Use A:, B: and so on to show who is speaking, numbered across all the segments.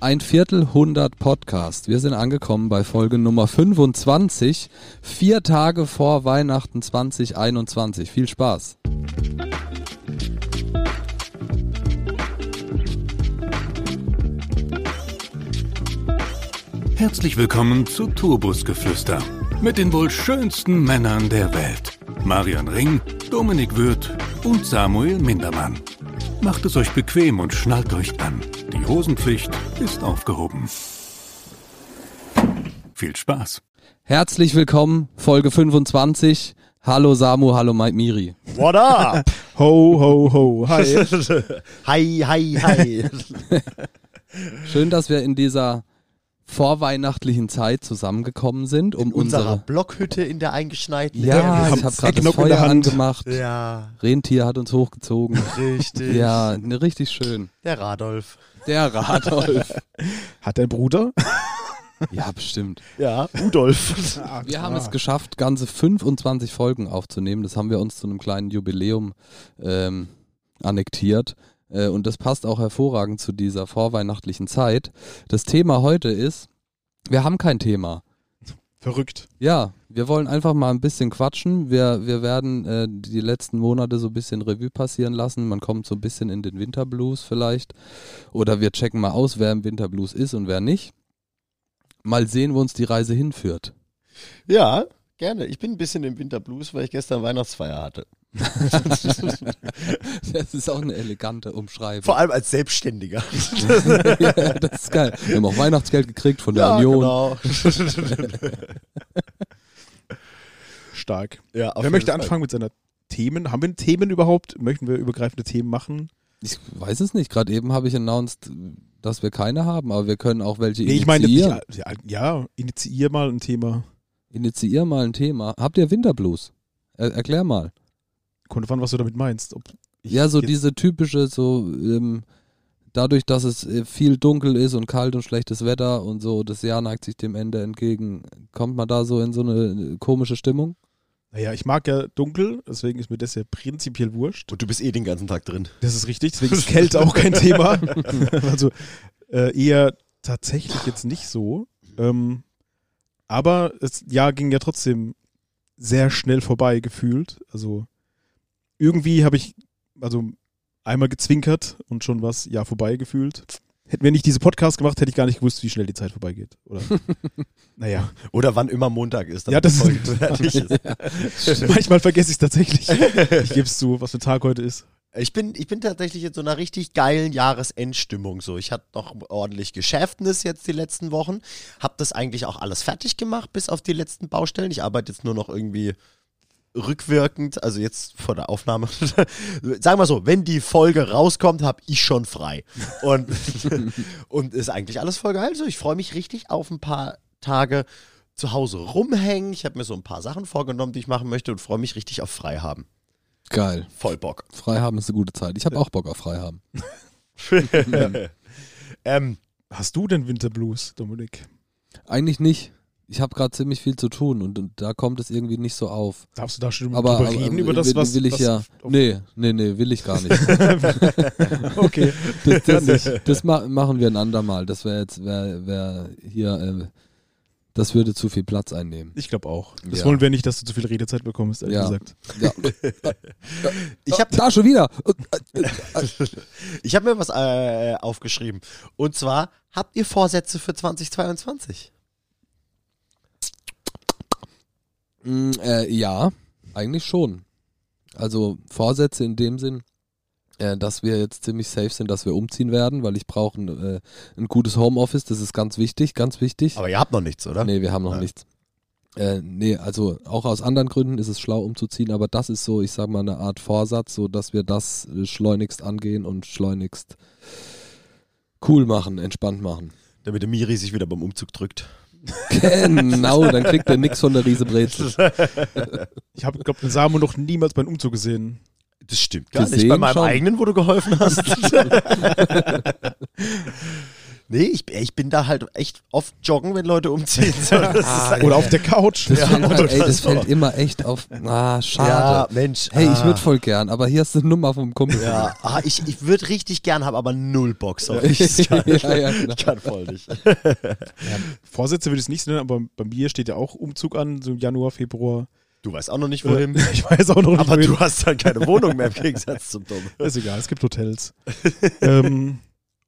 A: Ein Viertel 100 Podcast. Wir sind angekommen bei Folge Nummer 25, vier Tage vor Weihnachten 2021. Viel Spaß.
B: Herzlich willkommen zu Turbusgeflüster mit den wohl schönsten Männern der Welt. Marian Ring, Dominik Würth und Samuel Mindermann. Macht es euch bequem und schnallt euch an. Die Hosenpflicht ist aufgehoben. Viel Spaß.
A: Herzlich willkommen, Folge 25. Hallo Samu, hallo Mike Miri.
C: What up?
D: Ho, ho, ho. Hi.
C: hi, hi, hi.
A: Schön, dass wir in dieser vorweihnachtlichen Zeit zusammengekommen sind, um
C: Unserer
A: unsere.
C: Blockhütte in der eingeschneiten
A: Ja,
C: Erde.
A: ich habe gerade das
D: Ecknock in der
A: Feuer
D: Hand.
A: angemacht.
C: Ja,
A: Rentier hat uns hochgezogen.
C: richtig.
A: Ja, ne, richtig schön.
C: Der Radolf.
A: Der Radolf.
D: Hat der Bruder?
A: ja, bestimmt.
C: Ja, Udolf.
D: Ah,
A: Wir haben es geschafft, ganze 25 Folgen aufzunehmen. Das haben wir uns zu einem kleinen Jubiläum ähm, annektiert. Äh, und das passt auch hervorragend zu dieser vorweihnachtlichen Zeit. Das Thema heute ist, wir haben kein Thema.
D: Verrückt.
A: Ja, wir wollen einfach mal ein bisschen quatschen. Wir, wir werden äh, die letzten Monate so ein bisschen Revue passieren lassen. Man kommt so ein bisschen in den Winterblues vielleicht. Oder wir checken mal aus, wer im Winterblues ist und wer nicht. Mal sehen, wo uns die Reise hinführt.
C: Ja, gerne. Ich bin ein bisschen im Winterblues, weil ich gestern Weihnachtsfeier hatte.
A: Das ist auch eine elegante Umschreibung.
C: Vor allem als Selbstständiger.
A: ja, das ist geil. Wir haben auch Weihnachtsgeld gekriegt von der Union.
C: genau.
D: Stark.
C: Ja, auf
D: Wer möchte
C: jeden Fall.
D: anfangen mit seiner Themen? Haben wir Themen überhaupt? Möchten wir übergreifende Themen machen?
A: Ich weiß es nicht. Gerade eben habe ich announced, dass wir keine haben, aber wir können auch welche
D: Nee, ich meine,
A: initiieren.
D: ja, ja, initiier mal ein Thema.
A: Initiier mal ein Thema. Habt ihr Winterblues? Er erklär mal.
D: Kommt an, was du damit meinst. Ob ich
A: ja, so
D: jetzt-
A: diese typische, so ähm, dadurch, dass es äh, viel dunkel ist und kalt und schlechtes Wetter und so, das Jahr neigt sich dem Ende entgegen. Kommt man da so in so eine äh, komische Stimmung?
D: Naja, ich mag ja dunkel, deswegen ist mir das ja prinzipiell wurscht.
C: Und du bist eh den ganzen Tag drin.
D: Das ist richtig, deswegen ist Kälte auch kein Thema. also äh, eher tatsächlich jetzt nicht so. Ähm, aber das Jahr ging ja trotzdem sehr schnell vorbei, gefühlt. Also irgendwie habe ich, also einmal gezwinkert und schon was Jahr vorbei gefühlt. Hätten wir nicht diese Podcast gemacht, hätte ich gar nicht gewusst, wie schnell die Zeit vorbeigeht. Oder? naja,
C: Oder wann immer Montag ist.
D: Ja, das-
C: damit die Folge fertig ist.
D: manchmal vergesse ich es tatsächlich. Ich gebe es zu, was für ein Tag heute ist.
C: Ich bin, ich bin tatsächlich in so einer richtig geilen Jahresendstimmung. So, ich hatte noch ordentlich Geschäftnis jetzt die letzten Wochen, habe das eigentlich auch alles fertig gemacht, bis auf die letzten Baustellen. Ich arbeite jetzt nur noch irgendwie rückwirkend, also jetzt vor der Aufnahme. Sagen wir so, wenn die Folge rauskommt, habe ich schon frei. Und, und ist eigentlich alles voll geil. So, ich freue mich richtig auf ein paar Tage zu Hause rumhängen. Ich habe mir so ein paar Sachen vorgenommen, die ich machen möchte und freue mich richtig auf frei haben.
A: Geil.
C: Voll Bock.
A: Frei haben ist eine gute Zeit. Ich habe auch Bock auf frei haben.
C: ähm,
D: Hast du denn Winterblues, Dominik?
A: Eigentlich nicht. Ich habe gerade ziemlich viel zu tun und, und da kommt es irgendwie nicht so auf.
D: Darfst du da schon
A: Aber,
D: drüber
A: aber
D: reden, über das,
A: will,
D: was,
A: will ich
D: was
A: ja.
D: auf-
A: Nee, nee, nee, will ich gar nicht.
D: Okay.
A: Das, das, das ma machen wir ein andermal. Das wäre jetzt, wär, wär hier, äh, das würde zu viel Platz einnehmen.
D: Ich glaube auch. Das
A: Ja.
D: wollen wir nicht, dass du zu viel Redezeit bekommst, ehrlich
A: Ja.
D: gesagt.
A: Ja.
C: ich habe
A: Da schon wieder.
C: Ich habe mir was äh, aufgeschrieben. Und zwar, habt ihr Vorsätze für 2022?
A: Mm, äh, ja, eigentlich schon. Also Vorsätze in dem Sinn, äh, dass wir jetzt ziemlich safe sind, dass wir umziehen werden, weil ich brauche ein, äh, ein gutes Homeoffice. Das ist ganz wichtig, ganz wichtig.
C: Aber ihr habt noch nichts, oder?
A: Nee, wir haben noch
C: Nein.
A: nichts. Äh, nee, also auch aus anderen Gründen ist es schlau umzuziehen, aber das ist so, ich sag mal, eine Art Vorsatz, so dass wir das äh, schleunigst angehen und schleunigst cool machen, entspannt machen.
C: Damit der Miri sich wieder beim Umzug drückt.
A: Genau, dann kriegt er nix von der Riesebrezel.
D: Ich habe, glaube den Samu noch niemals beim Umzug gesehen.
C: Das stimmt gar
A: Gesehen
C: nicht. Bei meinem
A: schon.
C: eigenen, wo du geholfen hast. Nee, ich, ich bin da halt echt oft joggen, wenn Leute umziehen. So, das
A: Ah,
C: ist halt-
D: Oder auf der Couch.
A: Das, fällt, halt,
C: oder
A: ey, das
C: so.
A: fällt immer echt auf. Ah, schade.
C: Ja, Mensch.
A: hey, ich
C: ah.
A: würde voll gern, aber hier ist eine Nummer vom Kumpel.
C: Ja, ah, ich, ich würde richtig gern, habe aber null Bock. So. Ich, kann,
A: Ja, ja, genau.
C: ich kann voll nicht.
D: Vorsätze würde ich es nicht nennen, aber bei mir steht ja auch Umzug an, so im Januar, Februar.
C: Du weißt auch noch nicht, wohin.
D: Ich weiß auch noch nicht,
C: Aber
D: wohin.
C: du hast dann keine Wohnung mehr im Gegensatz zum Tom.
D: Ist egal, es gibt Hotels. ähm,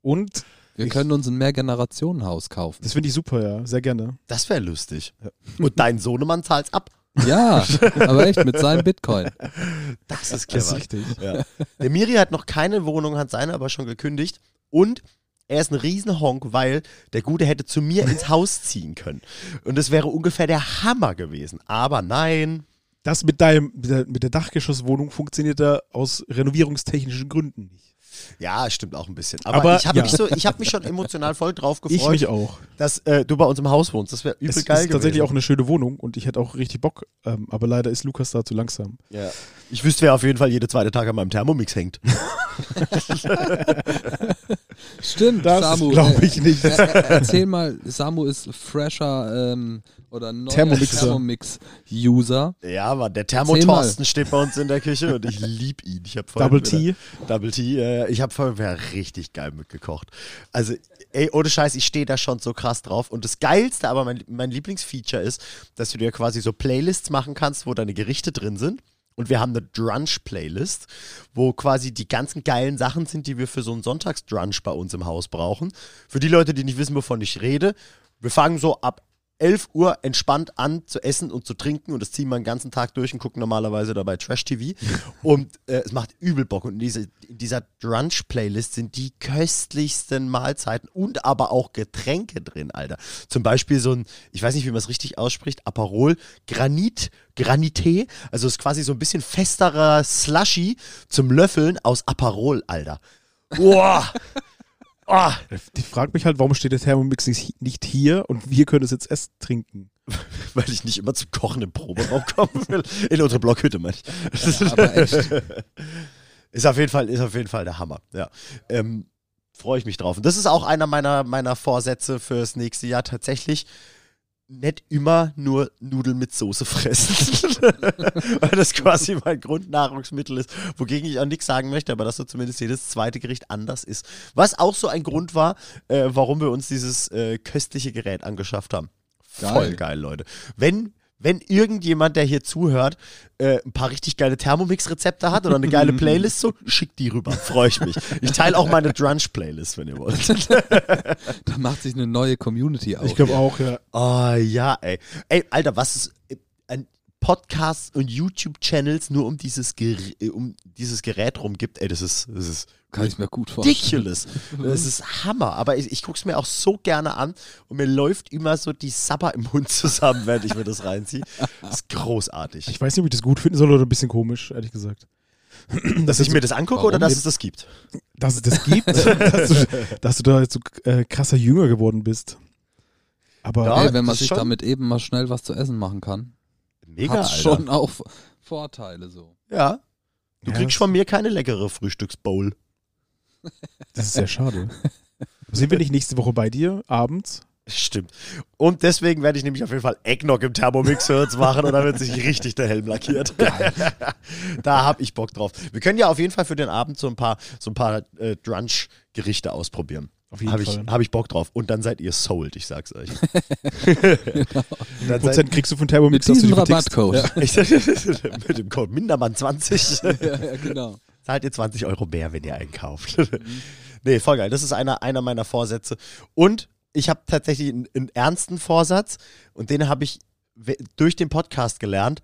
D: und
A: Wir
D: Ich-
A: können uns ein Mehrgenerationenhaus kaufen.
D: das finde ich super, ja, sehr gerne.
C: Das wäre lustig. Und dein Sohnemann zahlt's ab.
A: Ja, aber echt mit seinem Bitcoin.
C: Das ist
D: Das ist
C: clever.
D: richtig.
C: Ja. Der Miri hat noch keine Wohnung, hat seine aber schon gekündigt. Und er ist ein Riesenhonk, weil der Gute hätte zu mir ins Haus ziehen können. Und das wäre ungefähr der Hammer gewesen. Aber nein.
D: Das mit deinem, mit der, mit der Dachgeschosswohnung funktioniert da aus renovierungstechnischen Gründen nicht.
C: Ja, stimmt auch ein bisschen. Aber,
D: Aber-
C: ich habe
D: ja.
C: mich, so, ich hab mich schon emotional voll drauf gefreut,
D: Ich mich auch.
C: dass äh, du bei uns im Haus wohnst. Das wäre übel
D: Es ist
C: geil gewesen.
D: tatsächlich auch eine schöne Wohnung und ich hätte auch richtig Bock, ähm, aber leider ist Lukas da zu langsam.
C: Ja. Ich wüsste, wer auf jeden Fall jeden zweiten Tag an meinem Thermomix hängt.
A: Stimmt,
D: Das
A: Samu.
D: glaube ich
A: äh,
D: nicht.
A: Er, er, erzähl mal, Samu ist fresher ähm, oder neuer
D: Thermomixer.
A: Thermomix-User.
C: Ja, Mann, der
A: Erzähl mal.
C: Thermotorsten steht bei uns in der Küche und ich lieb ihn. Ich hab voll
D: Double T.
C: Double T. Äh, ich habe vorher wär richtig geil mitgekocht. Also, ey, ohne Scheiß, ich stehe da schon so krass drauf. Und das Geilste, aber mein, mein Lieblingsfeature ist, dass du dir quasi so Playlists machen kannst, wo deine Gerichte drin sind. Und wir haben eine Drunch-Playlist, wo quasi die ganzen geilen Sachen sind, die wir für so einen Sonntagsdrunch bei uns im Haus brauchen. Für die Leute, die nicht wissen, wovon ich rede, wir fangen so ab 11 Uhr entspannt an zu essen und zu trinken und das ziehen wir den ganzen Tag durch und gucken normalerweise dabei Trash-TV. und äh, es macht übel Bock. Und in, diese, in dieser Drunch-Playlist sind die köstlichsten Mahlzeiten und aber auch Getränke drin, Alter. Zum Beispiel so ein, ich weiß nicht, wie man es richtig ausspricht, Aperol Granit, Granité. Also es ist quasi so ein bisschen festerer Slushy zum Löffeln aus Aperol, Alter. Boah! Ah!
D: Ich frage mich halt, warum steht der Thermomix nicht- nicht hier und wir können es jetzt essen trinken?
C: weil ich nicht immer zum Kochen im Proberaum kommen will. In unsere Blockhütte, meine ich.
A: Aber echt,
C: Ist auf jeden Fall, ist auf jeden Fall der Hammer. Ja. Ähm, Freue ich mich drauf. Und das ist auch einer meiner, meiner Vorsätze fürs nächste Jahr tatsächlich. Nicht immer nur Nudeln mit Soße fressen. Weil das quasi mein Grundnahrungsmittel ist, wogegen ich auch nichts sagen möchte, aber dass so zumindest jedes zweite Gericht anders ist. Was auch so ein Grund war, äh, warum wir uns dieses äh, köstliche Gerät angeschafft haben.
A: Geil.
C: Voll geil, Leute. Wenn, wenn irgendjemand, der hier zuhört, äh, ein paar richtig geile Thermomix-Rezepte hat oder eine geile Playlist, so schickt die rüber. Freue ich mich. Ich teile auch meine Drunch-Playlist, wenn ihr wollt.
A: da macht sich eine neue Community auf.
D: Ich glaube auch, ja.
C: Oh ja, ey. Ey, Alter, was ist äh, ein Podcasts und YouTube-Channels nur um dieses, Ger äh, um dieses Gerät rum gibt? Ey, das ist, das ist
A: Kann ich mir gut vorstellen.
C: ridiculous. Das ist Hammer. Aber ich, ich guck's mir auch so gerne an und mir läuft immer so die Sapper im Mund zusammen, während ich mir das reinziehe. Das ist großartig.
D: Ich weiß nicht, ob ich das gut finden soll oder ein bisschen komisch, ehrlich gesagt.
C: Dass ich mir das angucke oder
A: Warum?
C: dass es das gibt?
D: Dass es das gibt, dass, du, dass du da jetzt so äh, krasser Jünger geworden bist. Aber
C: Ja.
A: Ey, wenn man
C: das ist
A: sich
C: schon-
A: damit eben mal schnell was zu essen machen kann,
C: Mega,
A: hat schon auch Vorteile so.
C: Ja. Du
D: Ja,
C: kriegst
D: das-
C: von mir keine leckere Frühstücksbowl.
D: das ist sehr schade. Sind wir nicht nächste Woche bei dir, abends?
C: Stimmt. Und deswegen werde ich nämlich auf jeden Fall Eggnog im Thermomix Herz machen und dann wird sich richtig der Helm lackiert. da habe ich Bock drauf. Wir können ja auf jeden Fall für den Abend so ein paar, so ein paar äh, Drunch-Gerichte ausprobieren.
D: Auf jeden
C: Habe ich,
D: Fall.
C: hab ich Bock drauf. Und dann seid ihr sold, ich sag's euch. dann seid
D: Prozent kriegst du von Thermomix,
A: Mit
D: dass du
A: diesem
D: dich vertickst.
A: Rabattcode.
C: ich, mit dem Code Mindermann20
A: Ja, ja, genau.
C: zahlt ihr 20 Euro mehr, wenn ihr einkauft. nee, voll geil. Das ist einer, einer meiner Vorsätze. Und ich habe tatsächlich einen, einen ernsten Vorsatz und den habe ich we- durch den Podcast gelernt.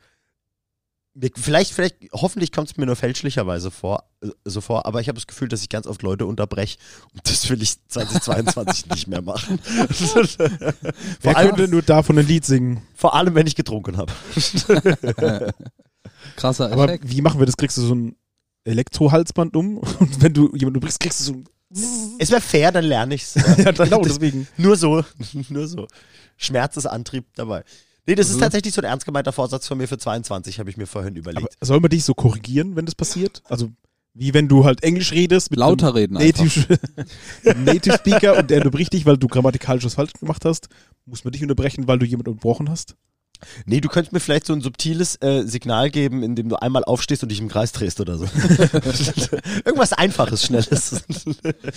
C: Mir- Vielleicht, vielleicht, hoffentlich kommt es mir nur fälschlicherweise vor, äh, so vor, aber ich habe das Gefühl, dass ich ganz oft Leute unterbreche und das will ich 2022 nicht mehr machen.
D: Wer
C: vor, allem,
D: könnte nur davon ein Lied singen?
C: vor allem, wenn ich getrunken habe.
A: Krasser
D: Aber
A: Effekt.
D: wie machen wir das? Kriegst du so ein Elektrohalsband um und wenn du jemanden übrigens kriegst du so ein.
C: Es wäre fair, dann lerne ich's.
D: Ja, genau, deswegen.
C: Nur so, nur so. Schmerz ist Antrieb dabei. Nee, das ist tatsächlich so ein ernst gemeinter Vorsatz von mir für 22, habe ich mir vorhin
D: Aber
C: überlegt.
D: soll man dich so korrigieren, wenn das passiert? Also, Wie wenn du halt Englisch redest mit
A: Lauter
D: einem
A: reden
D: Native, Native Speaker und der unterbricht dich, weil du grammatikalisch was falsch gemacht hast, muss man dich unterbrechen, weil du jemanden unterbrochen hast.
C: Nee, du könntest mir vielleicht so ein subtiles äh, Signal geben, indem du einmal aufstehst und dich im Kreis drehst oder so. Irgendwas Einfaches, Schnelles.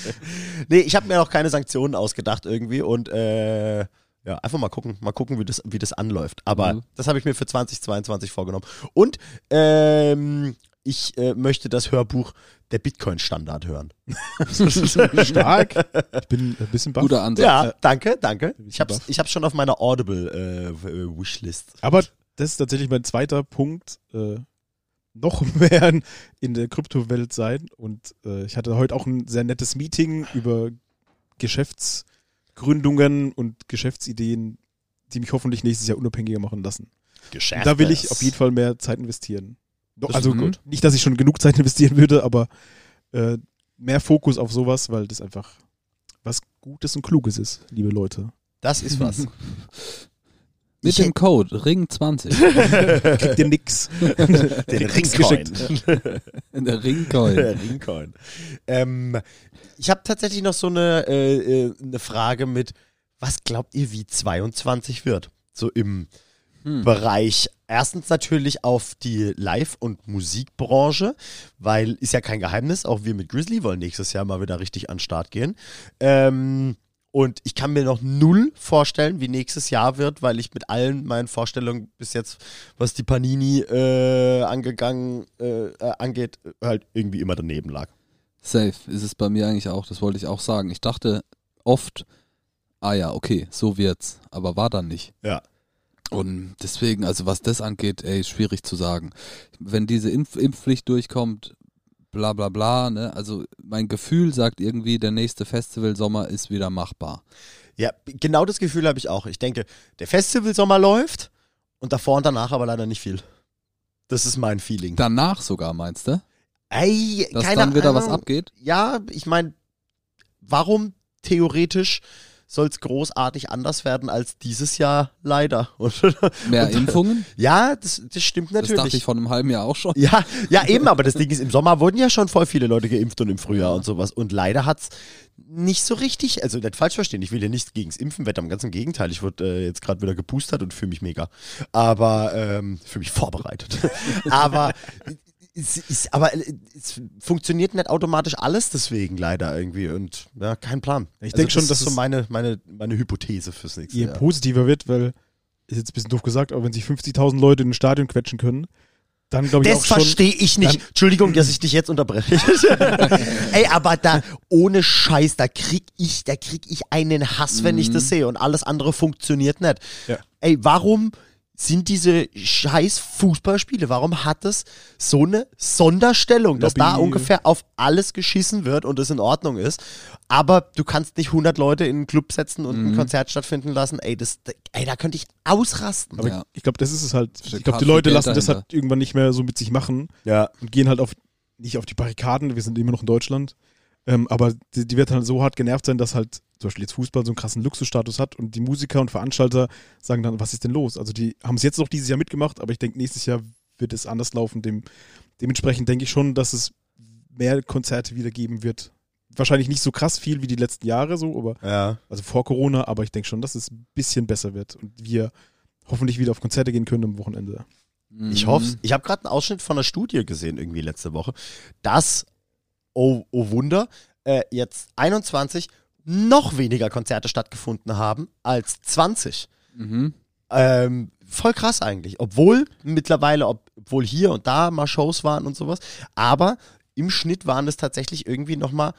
C: nee, ich habe mir noch keine Sanktionen ausgedacht irgendwie und äh, ja, einfach mal gucken, mal gucken, wie das, wie das anläuft. Aber
A: Mhm.
C: das habe ich mir für 2022 vorgenommen. Und ähm, ich äh, möchte das Hörbuch Der Bitcoin-Standard hören.
D: Stark. Ich bin ein bisschen baff.
A: Guter Ansatz.
C: Ja, danke, danke.
D: bisschen
C: Ich habe
D: baff.
C: ich hab's schon auf meiner äh, Audible-Wishlist.
D: Aber das ist tatsächlich mein zweiter Punkt. Äh, noch mehr in der Kryptowelt sein. Und äh, ich hatte heute auch ein sehr nettes Meeting über Geschäftsgründungen und Geschäftsideen, die mich hoffentlich nächstes Jahr unabhängiger machen lassen.
C: Geschäft.
D: Und da will ich auf jeden Fall mehr Zeit investieren. Doch,
C: Das
D: also
C: ist gut.
D: nicht, dass ich schon genug Zeit investieren würde, aber äh, mehr Fokus auf sowas, weil das einfach was Gutes und Kluges ist, liebe Leute.
C: Das ist was.
A: Mit
C: Ich
A: dem Code Ring20.
D: Kriegt ihr nix.
C: Den
D: Kriegt's
C: Ringcoin.
A: Der Ringcoin.
C: Der Ringcoin. Ähm, ich habe tatsächlich noch so eine, äh, äh, eine Frage mit, was glaubt ihr, wie 22 wird? So im
A: Hm.
C: Bereich. Erstens natürlich auf die Live- und Musikbranche, weil ist ja kein Geheimnis, auch wir mit Grizzly wollen nächstes Jahr mal wieder richtig an den Start gehen. Ähm, und ich kann mir noch null vorstellen, wie nächstes Jahr wird, weil ich mit allen meinen Vorstellungen bis jetzt, was die Panini äh, angegangen äh, äh, angeht, halt irgendwie immer daneben lag.
A: Safe ist es bei mir eigentlich auch, das wollte ich auch sagen. Ich dachte oft, ah ja, okay, so wird's, aber war dann nicht.
C: Ja.
A: Und deswegen, also was das angeht, ey, schwierig zu sagen. Wenn diese Impf Impfpflicht durchkommt, bla bla bla, ne? Also mein Gefühl sagt irgendwie, der nächste Festivalsommer ist wieder machbar.
C: Ja, genau das Gefühl habe ich auch. Ich denke, der Festivalsommer läuft und davor und danach aber leider nicht viel. Das ist mein Feeling.
A: Danach sogar, meinst du?
C: Ey,
A: Dass
C: keine
A: dann wieder was
C: Ahnung.
A: abgeht?
C: Ja, ich meine, warum theoretisch soll es großartig anders werden als dieses Jahr leider? Und,
A: Mehr
C: und-
A: Impfungen?
C: Ja, das, das stimmt
A: Das dachte
C: natürlich.
A: ich vor einem halben Jahr auch schon.
C: ja, ja, eben, aber das Ding ist, im Sommer wurden ja schon voll viele Leute geimpft und im Frühjahr und sowas. Und leider hat's nicht so richtig, also nicht falsch verstehen, ich will ja nichts gegens Impfen wettern, ganz im Gegenteil, ich wurde äh, jetzt gerade wieder geboostert und fühle mich mega. Aber, ähm, fühle mich vorbereitet. aber, es ist, aber äh, es funktioniert nicht automatisch alles deswegen leider irgendwie und ja, kein Plan. Also,
D: Ich denk schon,
C: das
D: dass
C: ist so
D: es-
C: meine, meine, meine Hypothese fürs nächste
D: je
C: Jahr.
D: positiver wird, weil, ist jetzt ein bisschen doof gesagt, aber wenn sich 50.000 Leute in ein Stadion quetschen können, dann glaube ich
C: Das
D: auch schon.
C: verstehe ich nicht. Entschuldigung, dass ich dich jetzt unterbreche. Ey, aber da, ohne Scheiß, da krieg ich, da krieg ich einen Hass, wenn ich das sehe und alles andere funktioniert nicht.
D: Mhm. Ja.
C: Ey, warum sind diese scheiß Fußballspiele, warum hat es so eine Sonderstellung, dass da
D: Lobby.
C: ungefähr auf alles geschissen wird und es in Ordnung ist, aber du kannst nicht 100 Leute in einen Club setzen und
D: Mhm.
C: ein Konzert stattfinden lassen, ey, das, ey, da könnte ich ausrasten.
D: Aber
A: Ja.
D: ich glaube, das ist es halt. Ich glaube,
A: Kraft
D: die
A: und
D: Leute
A: Geld
D: lassen das
A: dahinter.
D: halt irgendwann nicht mehr so mit sich machen
C: ja.
D: und gehen halt auf nicht auf die Barrikaden, wir sind immer noch in Deutschland. Ähm, aber die, die wird halt so hart genervt sein, dass halt zum Beispiel jetzt Fußball so einen krassen Luxusstatus hat und die Musiker und Veranstalter sagen dann, was ist denn los? Also die haben es jetzt noch dieses Jahr mitgemacht, aber ich denke, nächstes Jahr wird es anders laufen. Dem, dementsprechend denke ich schon, dass es mehr Konzerte wieder geben wird. Wahrscheinlich nicht so krass viel wie die letzten Jahre so, aber
C: ja.
D: also vor Corona, aber ich denke schon, dass es ein bisschen besser wird und wir hoffentlich wieder auf Konzerte gehen können am Wochenende.
C: Ich
A: Mhm.
C: hoff's. Ich habe gerade einen Ausschnitt von einer Studie gesehen, irgendwie letzte Woche, dass, oh, oh Wunder, äh, jetzt 21 noch weniger Konzerte stattgefunden haben als 20.
A: Mhm.
C: Ähm, voll krass eigentlich. Obwohl mittlerweile, ob, obwohl hier und da mal Shows waren und sowas, aber im Schnitt waren es tatsächlich irgendwie nochmal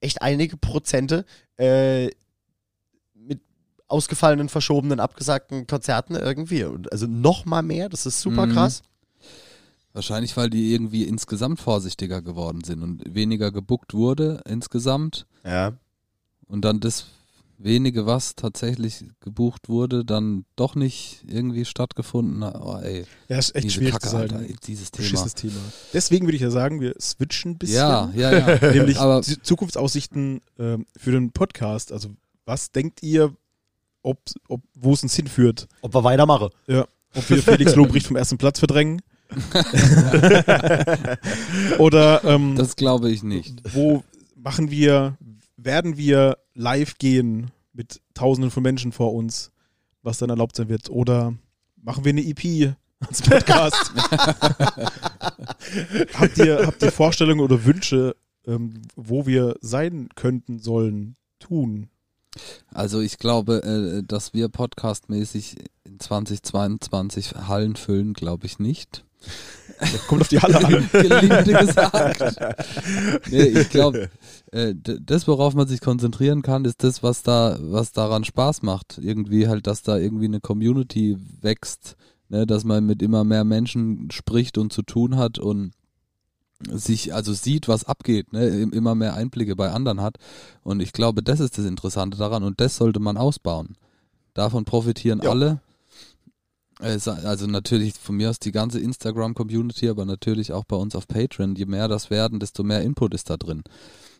C: echt einige Prozente äh, mit ausgefallenen, verschobenen, abgesagten Konzerten irgendwie. Und also nochmal mehr, das ist super
A: Mhm.
C: krass.
A: Wahrscheinlich, weil die irgendwie insgesamt vorsichtiger geworden sind und weniger gebuckt wurde insgesamt.
C: Ja.
A: Und dann das wenige, was tatsächlich gebucht wurde, dann doch nicht irgendwie stattgefunden hat. Oh, ey,
D: Ja, ist echt
A: diese
D: schwierig
A: Kacke,
D: zu sagen.
A: Alter, ey, dieses Thema.
D: Beschissenes Thema. Deswegen würde ich ja sagen, wir switchen ein bisschen.
A: Ja, ja, ja.
D: Nämlich
A: Aber-
D: Z- Zukunftsaussichten ähm, für den Podcast. Also, was denkt ihr, ob, ob, wo es uns hinführt?
C: Ob wir weitermachen.
D: Ob wir Felix Lobrecht vom ersten Platz verdrängen? Oder ähm,
A: Das glaube ich nicht.
D: wo machen wir, werden wir live gehen mit Tausenden von Menschen vor uns, was dann erlaubt sein wird? Oder machen wir eine EP als Podcast? habt, ihr, habt ihr Vorstellungen oder Wünsche, ähm, wo wir sein könnten, sollen, tun?
A: Also ich glaube, äh, dass wir podcastmäßig in 2022 Hallen füllen, glaube ich nicht.
D: Kommt auf die Halle an.
A: Gelinde gesagt. Nee, ich glaube, äh, d- das, worauf man sich konzentrieren kann, ist das, was da, was daran Spaß macht. Irgendwie halt, dass da irgendwie eine Community wächst, ne? dass man mit immer mehr Menschen spricht und zu tun hat und sich also sieht, was abgeht, ne? im- immer mehr Einblicke bei anderen hat. Und ich glaube, das ist das Interessante daran und das sollte man ausbauen. Davon profitieren
C: Ja.
A: alle. Es- Also natürlich von mir aus die ganze Instagram-Community, aber natürlich auch bei uns auf Patreon. Je mehr das werden, desto mehr Input ist da drin.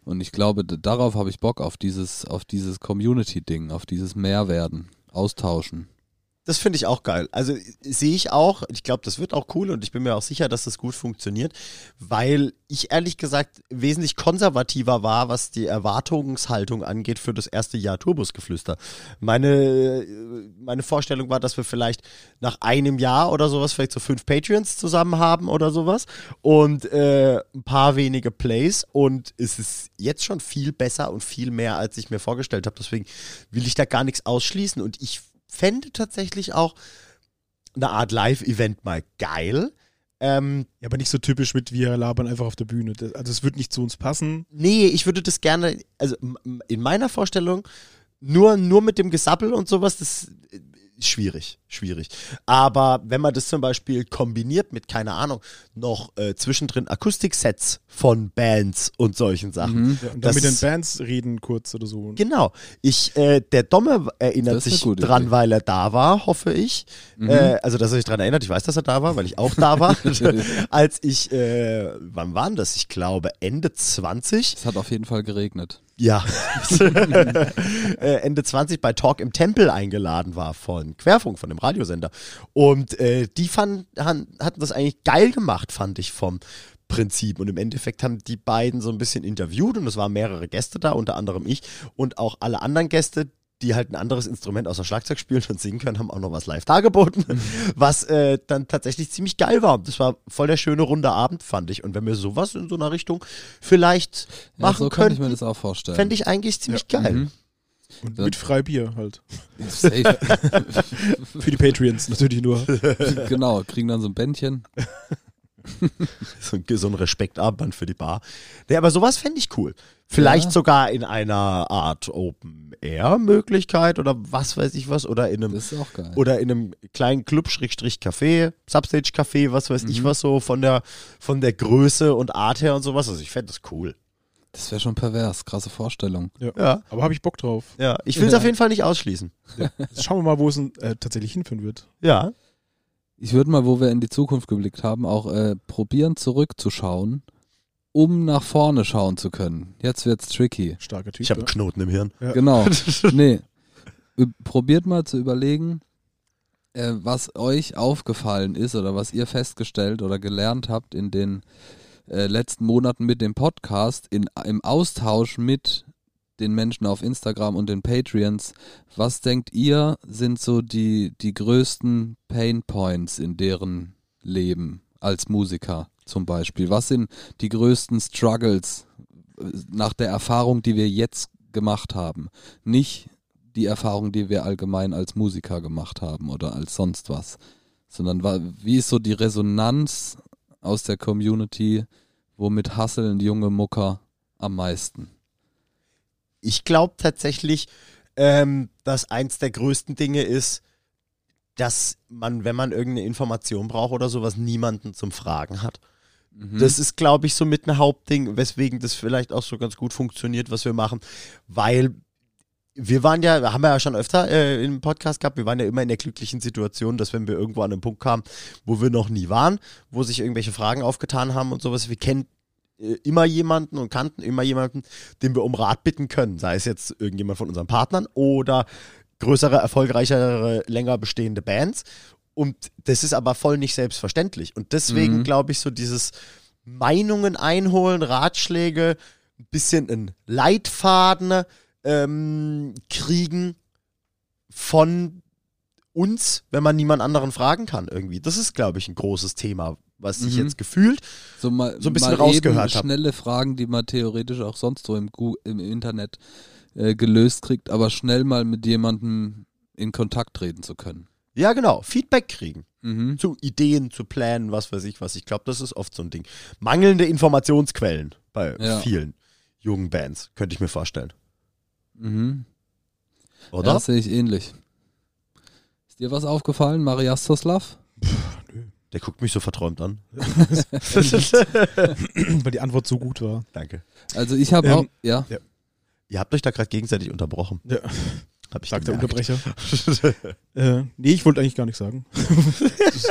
A: Und ich glaube, d- darauf habe ich Bock, auf dieses, auf dieses Community-Ding, auf dieses Mehrwerden, Austauschen.
C: Das finde ich auch geil. Also äh, sehe ich auch, ich glaube, das wird auch cool und ich bin mir auch sicher, dass das gut funktioniert, weil ich ehrlich gesagt wesentlich konservativer war, was die Erwartungshaltung angeht für das erste Jahr Turbusgeflüster. Meine, äh, meine Vorstellung war, dass wir vielleicht nach einem Jahr oder sowas vielleicht so fünf Patreons zusammen haben oder sowas und äh, ein paar wenige Plays und es ist jetzt schon viel besser und viel mehr, als ich mir vorgestellt habe. Deswegen will ich da gar nichts ausschließen und ich fände tatsächlich auch eine Art Live-Event mal geil. Ähm,
D: Ja, aber nicht so typisch mit wir labern einfach auf der Bühne. Das, also es wird nicht zu uns passen.
C: nee, ich würde das gerne, also m- m- in meiner Vorstellung, nur, nur mit dem Gesappel und sowas, das äh, ist schwierig, schwierig. Aber wenn man das zum Beispiel kombiniert mit, keine Ahnung, noch äh, zwischendrin Akustiksets von Bands und solchen Sachen.
D: Und dann
C: Das-
D: mit den Bands reden kurz oder so.
C: Genau. Ich, äh, der Domme erinnert
A: Das ist eine
C: sich
A: gute
C: dran,
A: Idee. Mhm.
C: weil er da war, hoffe ich. Äh, also, dass er sich dran erinnert. Ich weiß, dass er da war, weil ich auch da war. Als ich, äh, wann waren das? Ich glaube, Ende 20.
A: Es hat auf jeden Fall geregnet.
C: Ja. äh, Ende 20 bei Talk im Tempel eingeladen war von Querfunk, von dem Radiosender. Und äh, die fanden, han, hatten das eigentlich geil gemacht, fand ich vom Prinzip. Und im Endeffekt haben die beiden so ein bisschen interviewt und es waren mehrere Gäste da, unter anderem ich und auch alle anderen Gäste, die halt ein anderes Instrument außer Schlagzeug spielen und singen können, haben auch noch was live dargeboten,
A: Mhm.
C: was äh, dann tatsächlich ziemlich geil war. Das war voll der schöne runde Abend, fand ich. Und wenn wir sowas in so einer Richtung vielleicht
A: Ja,
C: machen
A: so könnte ich
C: könnten,
A: mir das auch vorstellen.
C: Fände ich eigentlich ziemlich geil.
A: Mhm.
D: Und
A: Dann-
D: mit Freibier halt.
A: Safe.
D: Für die Patreons natürlich nur.
A: genau, kriegen dann so ein Bändchen.
C: So, ein- so ein Respektarmband für die Bar. Nee, aber sowas fände ich cool. Vielleicht
A: Ja.
C: sogar in einer Art Open-Air-Möglichkeit oder was weiß ich was. Oder in einem,
A: Das ist auch geil.
C: oder in einem kleinen Club, Schrägstrich Café, Substage Café, was weiß ich was so von der, von der Größe und Art her und sowas. Also ich fände das cool.
A: Das wäre schon pervers, krasse Vorstellung.
C: Ja.
D: Aber habe ich Bock drauf.
C: Ja, ich will es
A: Ja.
C: auf jeden Fall nicht ausschließen.
D: Schauen wir mal, wo es denn, äh, tatsächlich hinführen wird.
C: Ja.
A: Ich würde mal, wo wir in die Zukunft geblickt haben, auch äh, probieren zurückzuschauen, um nach vorne schauen zu können. Jetzt wird's tricky.
D: Starker Typ. ne?
C: Ich habe einen Knoten im Hirn.
D: Ja.
A: Genau. nee. Ü- Probiert mal zu überlegen, äh, was euch aufgefallen ist oder was ihr festgestellt oder gelernt habt in den äh, letzten Monaten mit dem Podcast, in, im Austausch mit den Menschen auf Instagram und den Patreons. Was denkt ihr, sind so die, die größten Pain Points in deren Leben als Musiker zum Beispiel? Was sind die größten Struggles äh, nach der Erfahrung, die wir jetzt gemacht haben? Nicht die Erfahrung, die wir allgemein als Musiker gemacht haben oder als sonst was, sondern wa- wie ist so die Resonanz aus der Community, womit hasseln junge Mucker am meisten?
C: ich glaube tatsächlich, ähm, dass eins der größten Dinge ist, dass man, wenn man irgendeine Information braucht oder sowas, niemanden zum Fragen hat.
A: Mhm.
C: Das ist, glaube ich, so mit ein Hauptding, weswegen das vielleicht auch so ganz gut funktioniert, was wir machen, weil wir waren ja, haben wir ja schon öfter äh, im Podcast gehabt, wir waren ja immer in der glücklichen Situation, dass wenn wir irgendwo an einen Punkt kamen, wo wir noch nie waren, wo sich irgendwelche Fragen aufgetan haben und sowas, wir kennen äh, immer jemanden und kannten immer jemanden, den wir um Rat bitten können, sei es jetzt irgendjemand von unseren Partnern oder größere, erfolgreichere, länger bestehende Bands Und das ist aber voll nicht selbstverständlich. Und deswegen
A: Mhm.
C: glaube ich, so dieses Meinungen einholen, Ratschläge, ein bisschen einen Leitfaden ähm, kriegen von uns, wenn man niemand anderen fragen kann irgendwie. Das ist, glaube ich, ein großes Thema, was ich
A: Mhm.
C: jetzt gefühlt
A: So, mal,
C: So ein bisschen
A: mal
C: rausgehört
A: eben
C: hab.
A: schnelle Fragen, die man theoretisch auch sonst so im, Gu im Internet äh, gelöst kriegt, aber schnell mal mit jemandem in Kontakt treten zu können.
C: Ja, genau. Feedback kriegen.
A: Mhm.
C: Zu Ideen, zu Plänen, was weiß ich was. Ich glaube, das ist oft so ein Ding. Mangelnde Informationsquellen bei
A: Ja.
C: vielen jungen Bands, könnte ich mir vorstellen.
A: Mhm.
C: Oder?
A: Ja, das sehe ich ähnlich. Ist dir was aufgefallen, Marias Toslav?
C: Der guckt mich so verträumt an.
D: weil die Antwort so gut war.
C: Danke.
A: Also ich habe
D: Ähm,
A: auch, ja.
C: Ihr habt euch da gerade gegenseitig unterbrochen.
D: Ja,
C: Hab ich
D: sagt der
C: gemerkt.
D: Unterbrecher. Äh, nee, ich wollte eigentlich gar nichts sagen.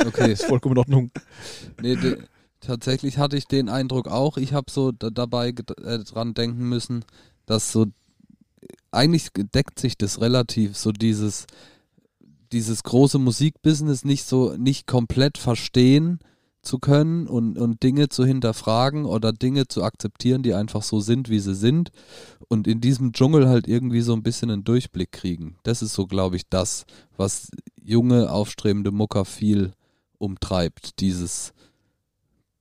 A: Okay.
D: Ist vollkommen in Ordnung.
A: Nee, de, tatsächlich hatte ich den Eindruck auch. Ich habe so da, dabei ged- äh, dran denken müssen, dass so eigentlich deckt sich das relativ so dieses dieses große Musikbusiness nicht so nicht komplett verstehen zu können und, und Dinge zu hinterfragen oder Dinge zu akzeptieren, die einfach so sind, wie sie sind und in diesem Dschungel halt irgendwie so ein bisschen einen Durchblick kriegen. Das ist so, glaube ich, das, was junge, aufstrebende Mucker viel umtreibt, dieses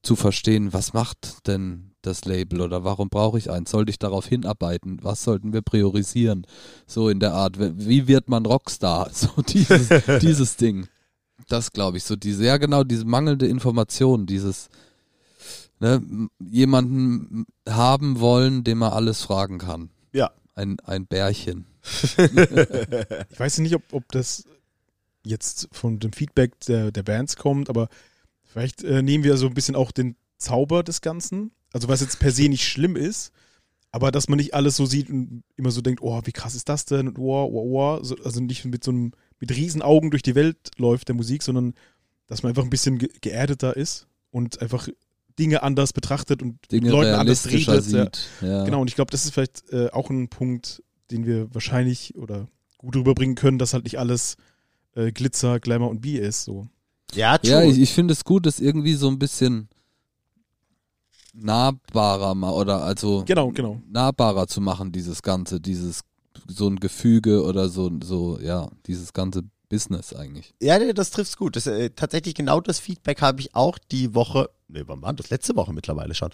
A: zu verstehen, was macht denn das Label oder warum brauche ich eins? Sollte ich darauf hinarbeiten? Was sollten wir priorisieren? So in der Art, w- wie wird man Rockstar? So dieses, dieses Ding. Das glaube ich, so diese, ja genau, diese mangelnde Information, dieses ne, m- jemanden haben wollen, dem man alles fragen kann.
C: Ja.
A: Ein, ein Bärchen.
D: Ich weiß nicht, ob, ob das jetzt von dem Feedback der, der Bands kommt, aber vielleicht äh, nehmen wir so ein bisschen auch den Zauber des Ganzen. Also was jetzt per se nicht schlimm ist, aber dass man nicht alles so sieht und immer so denkt, oh, wie krass ist das denn? Und oh, oh, oh. So, also nicht mit so einem, mit Riesenaugen durch die Welt läuft der Musik, sondern dass man einfach ein bisschen ge geerdeter ist und einfach Dinge anders betrachtet und
A: Dinge
D: mit Leuten anders redet.
A: realistischer
D: ja.
A: sieht. Ja.
D: Genau, und ich glaube, das ist vielleicht äh, auch ein Punkt, den wir wahrscheinlich oder gut rüberbringen können, dass halt nicht alles äh, Glitzer, Glamour und Bier ist. So.
C: ja, true.
A: Ja, ich, ich finde es gut, dass irgendwie so ein bisschen nahbarer mal oder also
D: Genau, genau.
A: nahbarer zu machen, dieses Ganze, dieses so ein Gefüge oder so, so, ja, dieses ganze Business eigentlich.
C: Ja, nee, das trifft's gut. Das, äh, tatsächlich genau das Feedback habe ich auch die Woche, nee, wann war das? Letzte Woche mittlerweile schon,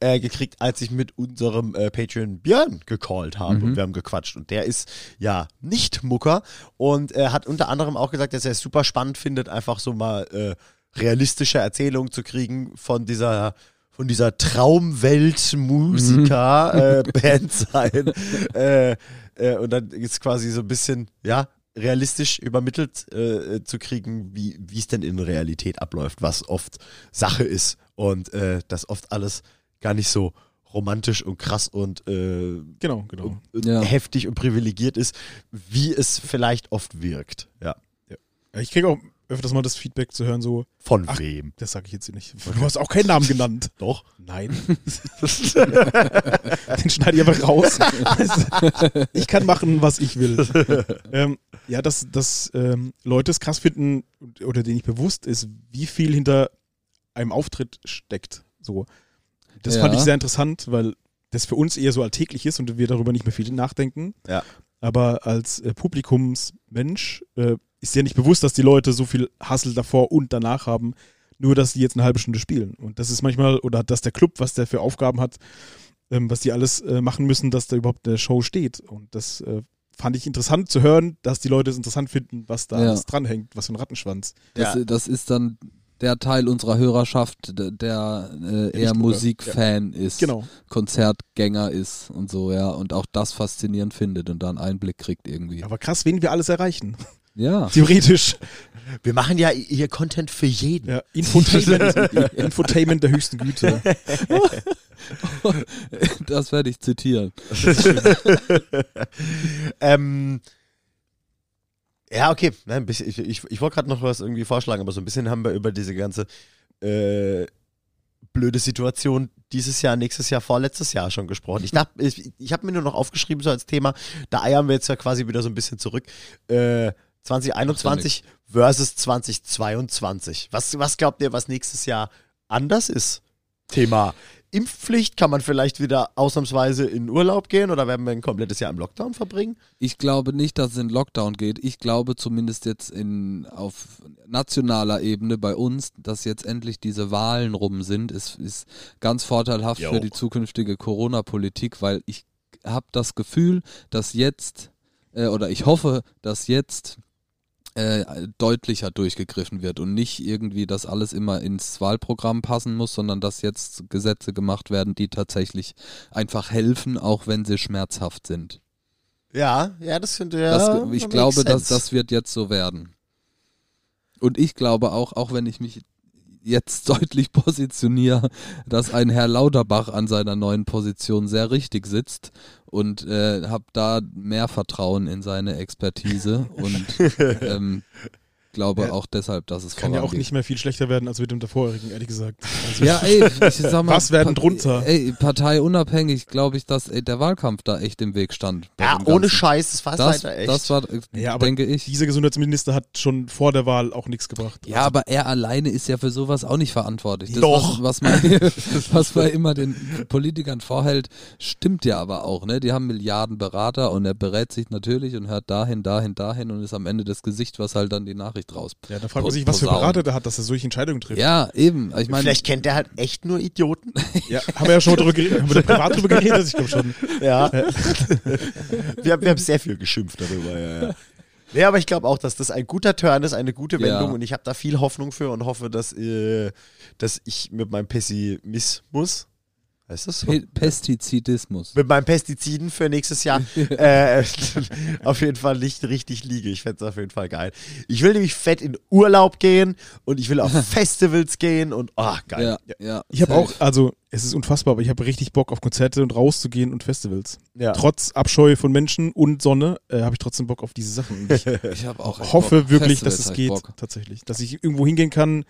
C: äh, gekriegt, als ich mit unserem äh, Patreon Björn gecallt habe
A: Mhm.
C: und wir haben gequatscht. Und der ist ja nicht Mucker und äh, hat unter anderem auch gesagt, dass er es super spannend findet, einfach so mal äh, realistische Erzählungen zu kriegen von dieser von dieser Traumwelt Musiker äh, Band sein. äh, äh, und dann ist quasi so ein bisschen, ja, realistisch übermittelt äh, äh, zu kriegen, wie wie es denn in Realität abläuft, was oft Sache ist und äh, dass oft alles gar nicht so romantisch und krass und äh,
D: Genau, genau.
A: Ja.
C: heftig und privilegiert ist, wie es vielleicht oft wirkt. Ja.
D: Ja, Ich kriege auch öfters mal das Feedback zu hören, so,
C: Von
D: Ach.
C: wem?
D: das sage ich jetzt hier nicht. Du hast auch keinen Namen genannt.
C: Doch.
D: Nein. Den schneide ich einfach raus. Also, ich kann machen, was ich will. Ähm, ja, dass, dass ähm, Leute es krass finden und- oder denen nicht bewusst ist, wie viel hinter einem Auftritt steckt. So. Das
A: Ja.
D: fand ich sehr interessant, weil das für uns eher so alltäglich ist und wir darüber nicht mehr viel nachdenken.
C: Ja.
D: Aber als äh, Publikumsmensch äh, ist ja nicht bewusst, dass die Leute so viel Hassel davor und danach haben, nur dass die jetzt eine halbe Stunde spielen. Und das ist manchmal, oder dass der Club, was der für Aufgaben hat, ähm, was die alles äh, machen müssen, dass da überhaupt eine Show steht. Und das äh, fand ich interessant zu hören, dass die Leute es interessant finden, was da
A: Ja.
D: alles dranhängt, was für ein Rattenschwanz.
A: Das,
C: äh,
A: das ist dann der Teil unserer Hörerschaft, d- der äh, eher
D: Nicht-Mucker.
A: Musikfan ist,
D: Genau.
A: Konzertgänger ist und so, ja, und auch das faszinierend findet und da einen Einblick kriegt irgendwie.
D: Aber krass, wen wir alles erreichen.
A: Ja.
D: Theoretisch.
C: Wir machen ja hier Content für jeden.
D: Ja, Infotainment. Infotainment der höchsten Güte.
A: Das werde ich zitieren.
C: Ähm, ja, okay. Nein, ein bisschen, ich ich, ich wollte gerade noch was irgendwie vorschlagen, aber so ein bisschen haben wir über diese ganze äh, blöde Situation dieses Jahr, nächstes Jahr, vorletztes Jahr schon gesprochen. Ich, dachte, ich, ich habe mir nur noch aufgeschrieben, so als Thema, da eiern wir jetzt ja quasi wieder so ein bisschen zurück, äh, 2021 versus 2022. Was, was glaubt ihr, was nächstes Jahr anders ist? Thema Impfpflicht. Kann man vielleicht wieder ausnahmsweise in Urlaub gehen oder werden wir ein komplettes Jahr im Lockdown verbringen?
A: Ich glaube nicht, dass es in Lockdown geht. Ich glaube zumindest jetzt in, auf nationaler Ebene bei uns, dass jetzt endlich diese Wahlen rum sind, ist, ist ganz vorteilhaft
C: Jo.
A: für die zukünftige Corona-Politik, weil ich habe das Gefühl, dass jetzt, äh, oder ich hoffe, dass jetzt äh, deutlicher durchgegriffen wird und nicht irgendwie, dass alles immer ins Wahlprogramm passen muss, sondern dass jetzt Gesetze gemacht werden, die tatsächlich einfach helfen, auch wenn sie schmerzhaft sind.
C: Ja, ja, das könnte ja.
A: Das, ich
C: makes
A: glaube, dass
C: sense.
A: das wird jetzt so werden. Und ich glaube auch, auch wenn ich mich jetzt deutlich positioniere, dass ein Herr Lauterbach an seiner neuen Position sehr richtig sitzt und äh, habe da mehr Vertrauen in seine Expertise und ähm, glaube auch deshalb, dass es
D: Kann ja auch
A: vorangeht.
D: nicht mehr viel schlechter werden als mit dem davorigen, ehrlich gesagt. Also,
A: Ja, ey, ich sag mal,
D: Was werden
A: pa-
D: drunter?
A: Ey, parteiunabhängig glaube ich, dass ey, der Wahlkampf da echt im Weg stand. bei
C: Ja,
A: dem
C: ohne
A: Ganzen.
C: Scheiß, das war
A: Das,
C: leider echt.
A: das war,
D: Ja, aber
A: denke ich.
D: Dieser Gesundheitsminister hat schon vor der Wahl auch nichts gebracht.
A: Ja, aber er alleine ist ja für sowas auch nicht verantwortlich. Das,
C: Doch.
A: Was, was, man, was man immer den Politikern vorhält, stimmt ja aber auch. Ne? Die haben Milliarden Berater und er berät sich natürlich und hört dahin, dahin, dahin und ist am Ende das Gesicht, was halt dann die Nachricht raus.
D: Ja, da fragt man sich, was für
A: posaunt.
D: Berater der hat, dass er solche Entscheidungen trifft.
A: Ja, eben. Ich meine,
C: Vielleicht kennt er halt echt nur Idioten.
D: Ja, haben wir ja schon mal drüber geredet, haben wir da privat drüber geredet, ich glaube schon.
C: Ja. wir, haben, wir haben sehr viel geschimpft darüber, ja, ja. Nee, aber ich glaube auch, dass das ein guter Turn ist, eine gute
A: Ja.
C: Wendung und ich habe da viel Hoffnung für und hoffe, dass, äh, dass ich mit meinem Pessimismus, heißt das so?
A: Pe Pestizidismus.
C: Mit meinen Pestiziden für nächstes Jahr äh, auf jeden Fall nicht richtig liege. Ich fände es auf jeden Fall geil. Ich will nämlich fett in Urlaub gehen und ich will auf Festivals gehen und, ah, geil.
A: Ja, ja,
D: Ich habe
A: safe.
D: auch, also es ist unfassbar, aber ich habe richtig Bock auf Konzerte und rauszugehen und Festivals.
C: Ja.
D: Trotz Abscheu von Menschen und Sonne äh, habe ich trotzdem Bock auf diese Sachen. Und Ich
A: Ich hab auch echt
D: hoffe
A: Bock.
D: wirklich,
A: Festivals
D: dass es
A: hab ich
D: geht,
A: Bock.
D: tatsächlich. Dass ich irgendwo hingehen kann,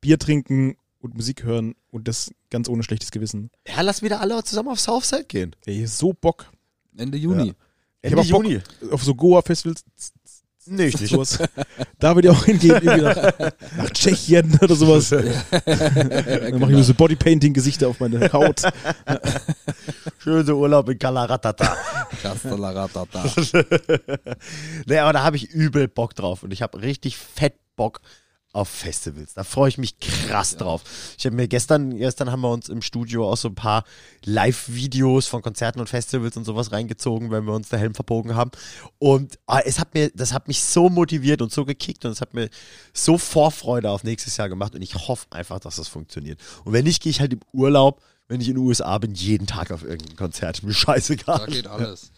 D: Bier trinken und Musik hören und das ganz ohne schlechtes Gewissen.
C: ja, lass wieder alle zusammen auf Southside gehen.
D: Ey, so Bock.
A: Ende Juni.
C: Ja.
D: Ich hab auch Bock. Auf so Goa-Festivals,
C: Nicht, nicht.
D: sowas. da würde ich auch hingehen, irgendwie nach, nach Tschechien oder sowas. Dann
A: genau.
D: mache ich mir so Bodypainting-Gesichter auf meine Haut.
C: Schöne Urlaub in Kalaratata.
A: Kastalaratata.
C: nee, aber da habe ich übel Bock drauf und ich habe richtig fett Bock auf Festivals. Da freue ich mich krass drauf. Ich habe mir gestern, gestern haben wir uns im Studio auch so ein paar Live-Videos von Konzerten und Festivals und sowas reingezogen, wenn wir uns der Helm verbogen haben. Und ah, es hat mir, das hat mich so motiviert und so gekickt und es hat mir so Vorfreude auf nächstes Jahr gemacht und ich hoffe einfach, dass das funktioniert. Und wenn nicht, gehe ich halt im Urlaub, wenn ich in den USA bin, jeden Tag auf irgendein Konzert. Mir scheißegal.
A: Da geht alles.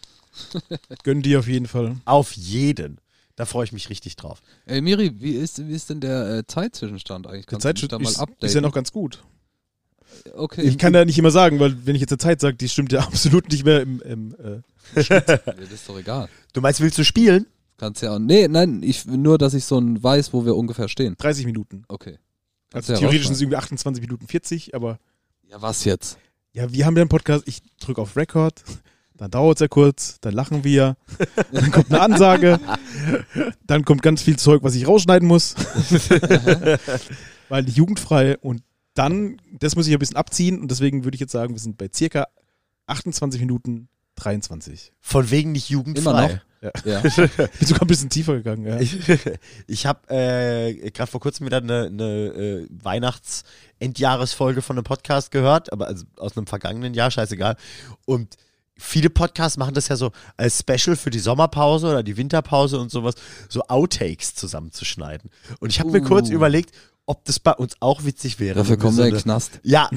D: Gönn dir auf jeden Fall.
C: Auf jeden. Da freue ich mich richtig drauf.
A: Ey, Miri, wie ist, wie ist denn der äh, Zeitzwischenstand eigentlich?
D: Der
A: Kannst du mich
D: Zeitschritt
A: da mal
D: ist,
A: updaten?
D: ist ja noch ganz gut.
A: okay.
D: Ich kann da nicht immer sagen, weil wenn ich jetzt eine Zeit sage, die stimmt ja absolut nicht mehr im, im äh,
A: Mir ist doch egal.
C: Du meinst, willst du spielen?
A: Kannst ja auch. Nee, nein, ich, nur, dass ich so ein weiß, wo wir ungefähr stehen.
D: 30 Minuten.
A: Okay. Kannst
D: Also
A: ja
D: theoretisch
A: rausschneiden.
D: sind es irgendwie 28 Minuten 40, aber
A: Ja, was jetzt?
D: ja, wir haben ja einen Podcast, ich drücke auf Record, dann dauert es ja kurz, dann lachen wir, dann kommt eine Ansage, dann kommt ganz viel Zeug, was ich rausschneiden muss, weil nicht jugendfrei und dann, das muss ich ein bisschen abziehen und deswegen würde ich jetzt sagen, wir sind bei circa 28 Minuten 23.
C: Von wegen nicht
A: Immer
C: jugendfrei.
A: noch? Ja.
D: Bin sogar ein bisschen tiefer gegangen, ja.
C: Ich habe äh, gerade vor kurzem wieder eine, eine äh, Weihnachts-Endjahresfolge von einem Podcast gehört, aber also aus einem vergangenen Jahr, scheißegal. Und viele Podcasts machen das ja so als Special für die Sommerpause oder die Winterpause und sowas, so Outtakes zusammenzuschneiden. Und ich habe mir
A: Uh.
C: kurz überlegt, ob das bei uns auch witzig wäre.
A: Dafür
C: wenn wir
A: kommt
C: so
A: der
C: eine-
A: Knast.
C: Ja.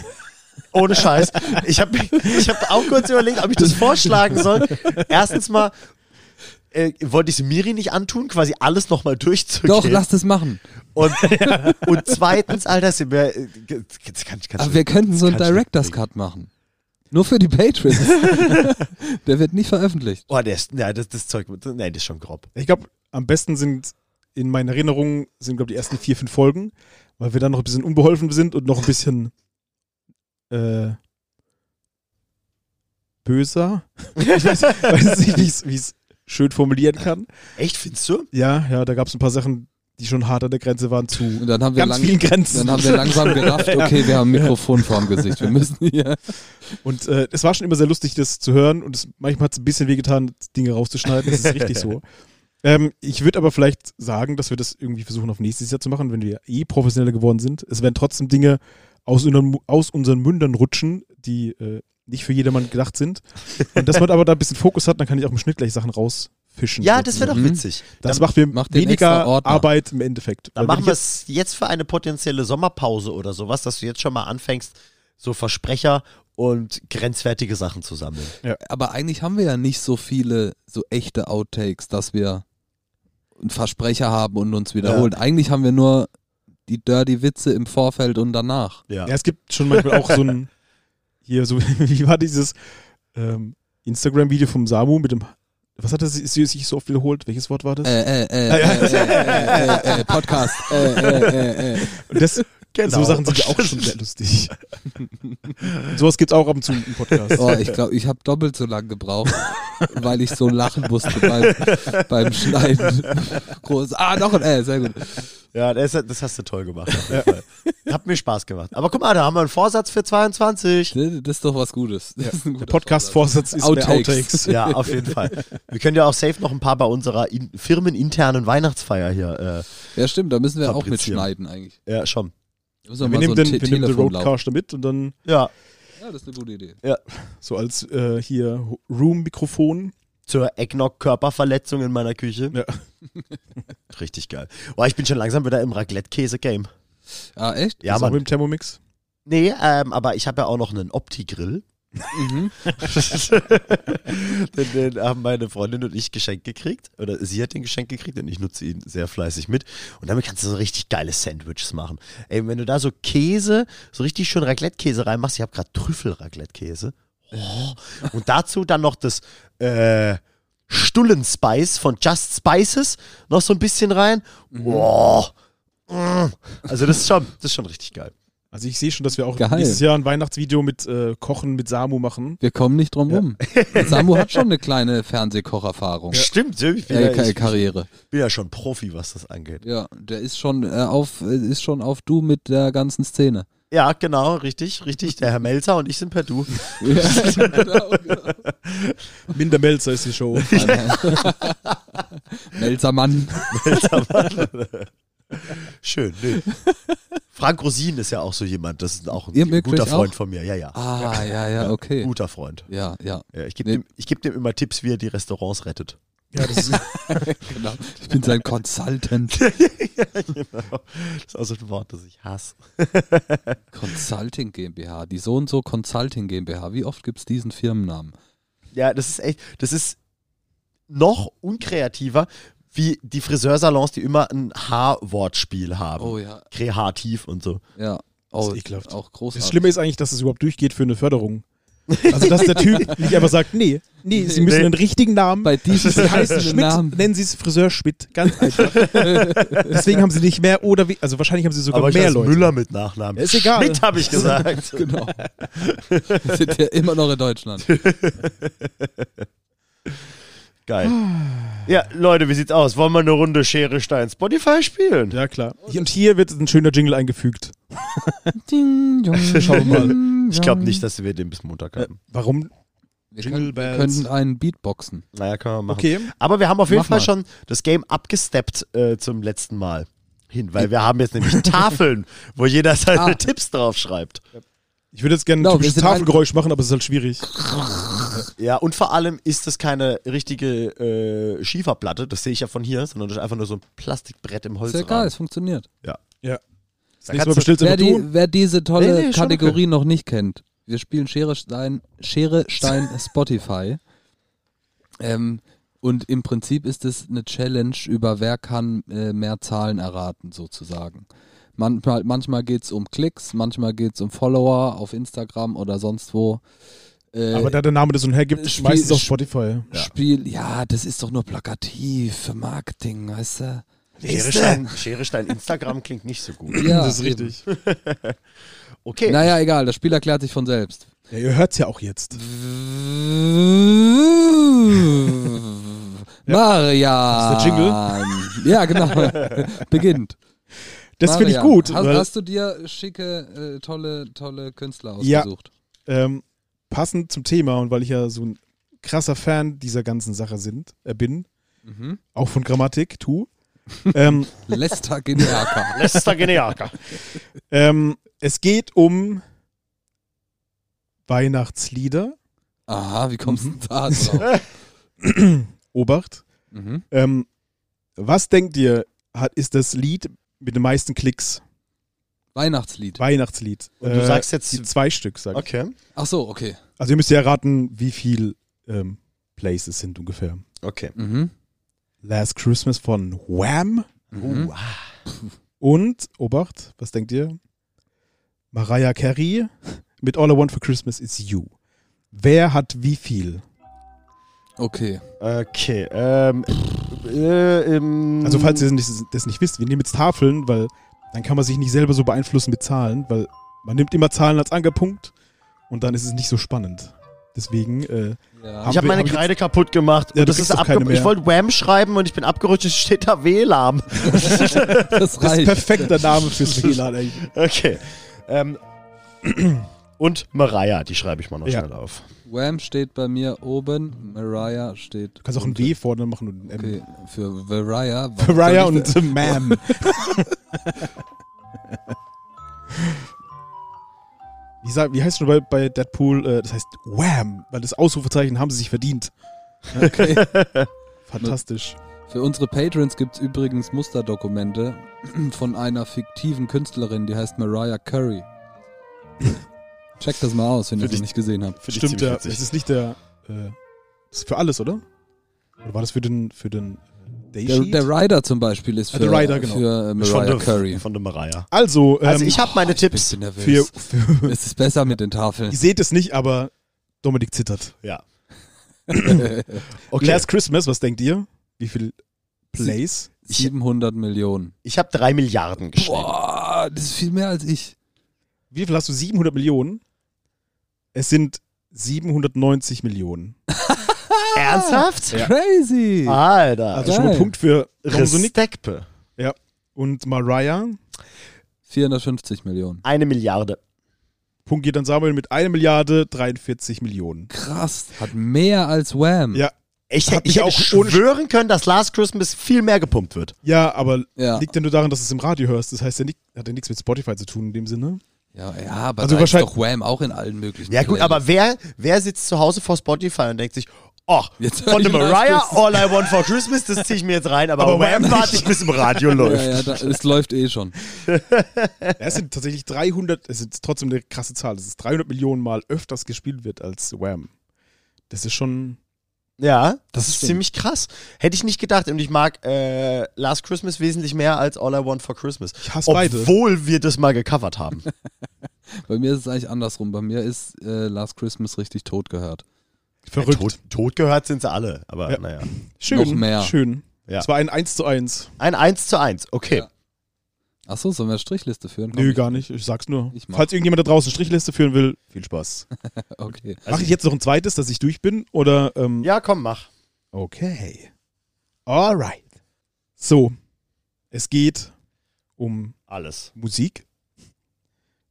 C: Ohne Scheiß. Ich habe ich hab auch kurz überlegt, ob ich das vorschlagen soll. Erstens mal äh, wollte ich es Miri nicht antun, quasi alles nochmal durchzugehen.
A: Doch, lasst es machen.
C: und, und zweitens, Alter, sind wir, äh, ge- jetzt kann, kannst
A: Aber
C: du-
A: wir könnten so einen
C: kannst du
A: Director's
C: mitkriegen.
A: Cut machen. Nur für die Patrons. der wird nicht veröffentlicht.
C: Oh, der ist, na, das, das Zeug, nein, das ist schon grob.
D: Ich glaube, am besten sind in meinen Erinnerungen sind, glaube ich, die ersten vier, fünf Folgen, weil wir dann noch ein bisschen unbeholfen sind und noch ein bisschen äh, böser. ich weiß, weiß nicht, wie es schön formulieren kann.
C: Echt, findest du?
D: Ja, ja, da gab es ein paar Sachen, die schon hart an der Grenze waren
A: Und
D: zu
A: dann haben wir,
D: ganz
A: lang,
D: vielen Grenzen.
A: dann haben wir langsam gerafft, okay, wir haben ein Mikrofon vorm Gesicht. Wir müssen hier.
D: Und äh, es war schon immer sehr lustig, das zu hören. Und es, manchmal hat es ein bisschen wehgetan, Dinge rauszuschneiden. Das ist richtig so. Ähm, ich würde aber vielleicht sagen, dass wir das irgendwie versuchen, auf nächstes Jahr zu machen, wenn wir eh professioneller geworden sind. Es werden trotzdem Dinge aus unseren, aus unseren Mündern rutschen, die äh, nicht für jedermann gedacht sind. Und dass man aber da ein bisschen Fokus hat, dann kann ich auch im Schnitt gleich Sachen rausfischen.
C: Ja, das wäre doch
A: Mhm.
C: witzig.
D: das macht mir
A: macht den extra
D: weniger
A: Ordner.
D: Arbeit im Endeffekt.
C: Dann
D: Weil
C: machen
D: wenn
C: wir
D: ich
C: es jetzt für eine potenzielle Sommerpause oder sowas, dass du jetzt schon mal anfängst, so Versprecher und grenzwertige Sachen zu sammeln.
A: Aber eigentlich haben wir ja nicht so viele so echte Outtakes, dass wir einen Versprecher haben und uns wiederholen. Eigentlich haben wir nur die dirty Witze im Vorfeld und danach.
C: Ja.
D: Ja, es gibt schon manchmal auch so ein, hier so, wie war dieses ähm, Instagram-Video vom Samu mit dem, was hat er sich sich- sich so oft wiederholt? Welches Wort war das?
A: Äh, äh, äh, äh, äh, äh, äh, äh, Podcast. Äh, äh, äh, äh.
D: Und das,
C: Genau.
D: so Sachen sind ja auch schon sehr lustig. Und sowas gibt's auch ab und zu im Podcast.
A: Oh, ich glaube, ich habe doppelt so lang gebraucht, weil ich so lachen musste beim, beim Schneiden. Groß. Ah, noch ein äh, sehr gut.
C: Ja, das, das hast du toll gemacht. auf jeden Fall. Hat mir Spaß gemacht. Aber guck mal, da haben wir einen Vorsatz für 22.
A: Das das ist doch was Gutes. Das ist ein
D: Der
A: guter Vorsatz.
D: Podcast-Vorsatz ist mehr
A: Outtakes.
D: Outtakes.
C: Ja, auf jeden Fall. Wir können ja auch safe noch ein paar bei unserer in, firmeninternen Weihnachtsfeier hier.
A: Ja, stimmt, da müssen wir auch
C: Fabrizieren.
A: mitschneiden eigentlich.
C: Äh, ja, schon.
A: Da müssen
D: Wir
A: mal
D: nehmen
A: so ein Te-
D: den, wir nehmen den
A: Telefon laufen.
D: Roadcaster mit und dann
C: Ja,
A: Ja, das ist eine gute Idee.
D: so als äh, hier Room-Mikrofon.
C: zur Eggnog-Körperverletzung in meiner Küche.
D: Ja.
C: Richtig geil. Boah, ich bin schon langsam wieder im Raclette-Käse-Game.
A: Ah, echt?
C: Ja,
D: ist auch
C: Mann.
D: mit dem Thermomix.
C: Nee, ähm, aber ich habe ja auch noch einen Opti-Grill.
A: Mhm.
C: den, den haben meine Freundin und ich geschenkt gekriegt. Oder sie hat den geschenkt gekriegt und ich nutze ihn sehr fleißig mit. Und damit kannst du so richtig geile Sandwiches machen. Ey, wenn du da so Käse, so richtig schön Raclette-Käse reinmachst, ich habe gerade Trüffel-Raclette-Käse. Oh. Und dazu dann noch das äh, Stullen-Spice von Just Spices noch so ein bisschen rein. Oh. Mm. Also das ist schon, das ist schon richtig geil.
D: Also ich sehe schon, dass wir auch
A: Geil.
D: nächstes Jahr ein Weihnachtsvideo mit äh, Kochen mit Samu machen.
A: Wir kommen nicht drum rum. Samu hat schon eine kleine Fernsehkocherfahrung.
C: Stimmt, ich bin,
A: Äh,
C: ja,
A: Ka-
C: ich
A: Karriere.
C: bin ja schon Profi, was das angeht.
A: Ja, der ist schon äh, auf äh, ist schon auf du mit der ganzen Szene.
C: Ja, genau, richtig, richtig. Der Herr Melzer und ich sind per Du.
A: Ja, genau, genau.
D: Minder Melzer ist die Show.
A: Melzermann.
C: Schön, nö. Frank Rosin ist ja auch so jemand, das ist auch ein
A: Ihr mögt
C: guter
A: euch
C: Freund
A: auch?
C: von mir. Ja, ja.
A: Ah, ja, ja, okay.
C: Guter Freund.
A: Ja, ja,
C: Ja, ich gebe
A: Nee.
C: dem, ich geb dem immer Tipps, wie er die Restaurants rettet.
D: Ja, das ist,
A: genau. Ich bin sein Consultant.
C: genau. Das ist auch so ein Wort, das ich hasse.
A: Consulting GmbH, die so und so Consulting GmbH. Wie oft gibt es diesen Firmennamen?
C: Ja, das ist echt, das ist noch unkreativer, wie die Friseursalons, die immer ein H-Wortspiel haben.
A: Oh ja.
C: Kreativ und so.
A: Ja. Oh,
D: Oh, Das ist ekelhaft.
A: Auch
D: das
A: großartig.
D: Schlimme ist eigentlich, dass es überhaupt durchgeht für eine Förderung. Also, dass der Typ nicht einfach sagt, nee, nee, Sie müssen
C: Nee.
D: einen richtigen Namen.
A: Bei diesem
D: Sie heißen
A: heißen
D: Schmidt,
A: Namen.
D: nennen Sie es Friseur Schmidt, ganz einfach. Deswegen haben Sie nicht mehr oder wie, also wahrscheinlich haben Sie sogar
C: Aber ich
D: mehr
C: heiße
D: Leute.
C: Müller mit Nachnamen.
D: Ja, ist egal.
C: Schmidt habe ich gesagt.
A: Genau. Wir sind ja immer noch in Deutschland.
C: Geil. Ja, Leute, wie sieht's aus? Wollen wir eine Runde Schere Stein Spotify spielen?
D: Ja, klar. Hier- Und Oh, hier wird ein schöner Jingle eingefügt.
A: Ding, jong,
D: Schau mal.
A: jong,
C: Ich glaube
A: jong.
C: nicht, dass wir den bis Montag haben.
D: Warum?
A: Wir,
D: Jingle
A: können, wir
D: Bells.
A: könnten einen Beatboxen.
C: Naja, können wir machen.
D: Okay.
C: Aber wir haben auf jeden
A: Mach
C: Fall
A: mal.
C: schon das Game abgesteppt äh, zum letzten Mal hin, weil wir haben jetzt nämlich Tafeln, wo jeder seine
A: Ah.
C: Tipps draufschreibt.
D: Ich würde jetzt gerne ein
A: Genau, wir
D: typisches
A: sind ein-
D: Tafelgeräusch machen, aber es ist halt schwierig.
C: Ja, und vor allem ist das keine richtige äh, Schieferplatte, das sehe ich ja von hier, sondern das ist einfach nur so ein Plastikbrett im Holz.
A: Ist ja geil, es funktioniert.
D: Das nächste Mal
C: kannst du-
D: bestellst du
A: Wer,
D: einfach
A: die,
D: du.
A: wer diese tolle
C: Nee, nee, schon
A: Kategorie noch nicht kennt, wir spielen Schere Stein, Schere Stein Spotify. Ähm, und im Prinzip ist es eine Challenge über wer kann äh, mehr Zahlen erraten, sozusagen. Manchmal, manchmal geht es um Klicks, manchmal geht es um Follower auf Instagram oder sonst wo. Äh,
D: Aber da der Name das so hergibt,
A: Spiel-
D: meistens auf
A: Sp-
D: Spotify.
A: Spiel, ja, das ist doch nur plakativ für Marketing, weißt du?
C: Schere Stein, Schere Stein Instagram klingt nicht so gut.
A: Ja,
D: das ist
A: eben.
D: richtig.
C: Okay.
A: Naja, egal, das Spiel erklärt sich von selbst.
D: Ja, ihr hört es ja auch jetzt.
A: Marian!
D: Das ist der
A: Ja, genau. Beginnt.
D: Das finde ich
A: Marian,
D: gut.
A: Hast,
D: weil,
A: hast du dir schicke, äh, tolle, tolle Künstler
D: Ja.
A: ausgesucht?
D: ähm, passend zum Thema und weil ich ja so ein krasser Fan dieser ganzen Sache sind, äh, bin,
A: Mhm.
D: auch von Grammatik, tu, ähm,
A: Lester Gineaka.
C: Lester Geneaka.
D: ähm, es geht um Weihnachtslieder.
A: Aha, wie kommst
D: Mhm.
A: du denn da drauf?
D: Obacht.
A: Mhm.
D: Ähm, was denkt ihr, hat, ist das Lied mit den meisten Klicks?
A: Weihnachtslied.
D: Weihnachtslied. Äh,
C: Und du sagst jetzt-
D: die zwei Stück, sag ich.
C: Äh, Okay.
A: Ach so, okay.
D: Also ihr müsst ja raten, wie viel ähm, Plays es sind ungefähr.
C: Okay.
A: Mhm.
D: Last Christmas von Wham
A: Mhm.
C: Uh, ah.
D: und Obacht, was denkt ihr? Mariah Carey mit All I Want for Christmas is You. Wer hat wie viel?
A: Okay.
C: Okay. Ähm, äh, ähm,
D: Also falls ihr das nicht- das nicht wisst, wir nehmen jetzt Tafeln, weil dann kann man sich nicht selber so beeinflussen mit Zahlen, weil man nimmt immer Zahlen als Ankerpunkt und dann ist es nicht so spannend. Deswegen, äh,
A: Ja.
C: Ich habe
D: wir-
C: meine
D: haben wir
C: Kreide kaputt gemacht.
D: Ja,
C: Und
D: du
C: das
D: kriegst
C: ist
D: doch keine
C: abge
D: mehr.
C: ich wollte Wham schreiben und ich bin abgerutscht. Es steht da WLAM.
A: Das
D: das ist
A: reicht.
D: perfekter Name fürs WLAN eigentlich.
C: Okay. Ähm, und Mariah, die schreibe ich mal noch
D: Ja.
C: schnell auf.
A: Wham steht bei mir oben, Mariah steht.
D: Du kannst auch ein
A: unten.
D: W vorne machen und ein M.
A: Okay, für Mariah.
D: Mariah
A: Soll ich-
D: und Ma'am. Wie, sag, wie heißt schon bei, bei Deadpool? Äh, das heißt Wham, weil das Ausrufezeichen haben sie sich verdient.
A: Okay.
D: Fantastisch.
A: Für unsere Patrons gibt es übrigens Musterdokumente von einer fiktiven Künstlerin, die heißt Mariah Curry. Check das mal aus, wenn ihr
C: Finde
A: das
C: ich-
A: nicht gesehen habt.
C: Finde ich
D: Stimmt,
C: ziemlich
D: ja.
C: witzig.
D: Es ist nicht der. Äh, das ist für alles, oder? Oder war das für den, für den äh,
A: Der,
D: Daysheet?
A: der Rider zum Beispiel ist
D: Ah,
A: für,
D: der Rider, genau.
A: für äh,
C: von
A: Mariah
C: der,
A: Curry.
C: Von der Mariah.
D: also, ähm,
C: Also ich habe meine Tipps.
A: Ich bin nervös.
D: für, für,
A: es ist besser mit den Tafeln.
D: ihr seht es nicht, aber Dominik zittert.
C: Ja.
D: Last Christmas, was denkt ihr? Wie viel Plays?
A: 700 Millionen.
C: Ich habe drei Milliarden geschrieben.
A: Boah, das ist viel mehr als ich.
D: Wie viel hast du? 700 Millionen? Es sind 790 Millionen.
C: Ernsthaft?
A: Crazy.
C: Alter.
D: Also schon mal
A: Geil.
D: ein Punkt für Dominic
C: Respekte.
D: und Mariah.
A: 450 Millionen.
C: Eine Milliarde.
D: Punkt geht an Samuel mit 1 Milliarde 43 Millionen.
A: Krass. Hat mehr als Wham.
D: Ja,
C: Ich,
D: Hab
C: ich
D: ich
C: hätte auch
D: auch ohne-
C: schwören können, dass Last Christmas viel mehr gepumpt wird.
D: ja aber
A: Ja.
D: liegt ja nur daran, dass du es im Radio hörst. Das heißt, ja nicht, hat ja nichts mit Spotify zu tun in dem Sinne.
A: Ja, ja aber
D: Also
A: da ist
D: wahrscheinlich-
A: doch Wham auch in allen möglichen.
C: Ja gut,
A: Playlists.
C: aber wer, wer sitzt zu Hause vor Spotify und denkt sich, oh,
A: Jetzt hör
C: von
A: ich
C: der
A: Last
C: Mariah,
A: Christmas.
C: All I Want For Christmas, das ziehe ich mir jetzt rein, aber,
D: Aber
C: Wham
D: Wham
C: warte ich, bis im Radio läuft.
A: Ja, ja, da, es läuft eh schon.
D: Es sind tatsächlich 300, es ist trotzdem eine krasse Zahl. Es ist 300 Millionen Mal öfters gespielt wird als Wham. Das ist schon.
C: Ja, das ist
A: stimmt.
C: ziemlich krass. Hätte ich nicht gedacht. Und ich mag äh, Last Christmas wesentlich mehr als All I Want for Christmas.
D: Ich hasse beide.
C: Obwohl wir das mal gecovert haben.
A: Bei mir ist es eigentlich andersrum. Bei mir ist äh, Last Christmas richtig tot gehört.
D: Verrückt.
C: Äh, Tot, tot gehört sind sie alle, aber
D: Ja.
C: naja.
D: Schön.
A: Noch mehr.
D: Schön.
C: Ja.
D: Es war ein 1 zu 1.
C: Ein 1 zu 1, okay.
A: Ja. Achso, sollen wir eine Strichliste führen? Komm,
D: Nö,
A: ich-
D: gar nicht. Ich sag's nur.
A: Ich mach.
D: Falls irgendjemand da draußen Strichliste führen will, viel Spaß.
A: Okay.
D: Mache ich jetzt noch ein zweites, dass ich durch bin? Oder. Ähm,
C: Ja, komm, mach.
D: Okay. Alright. So, es geht um
C: Alles.
D: Musik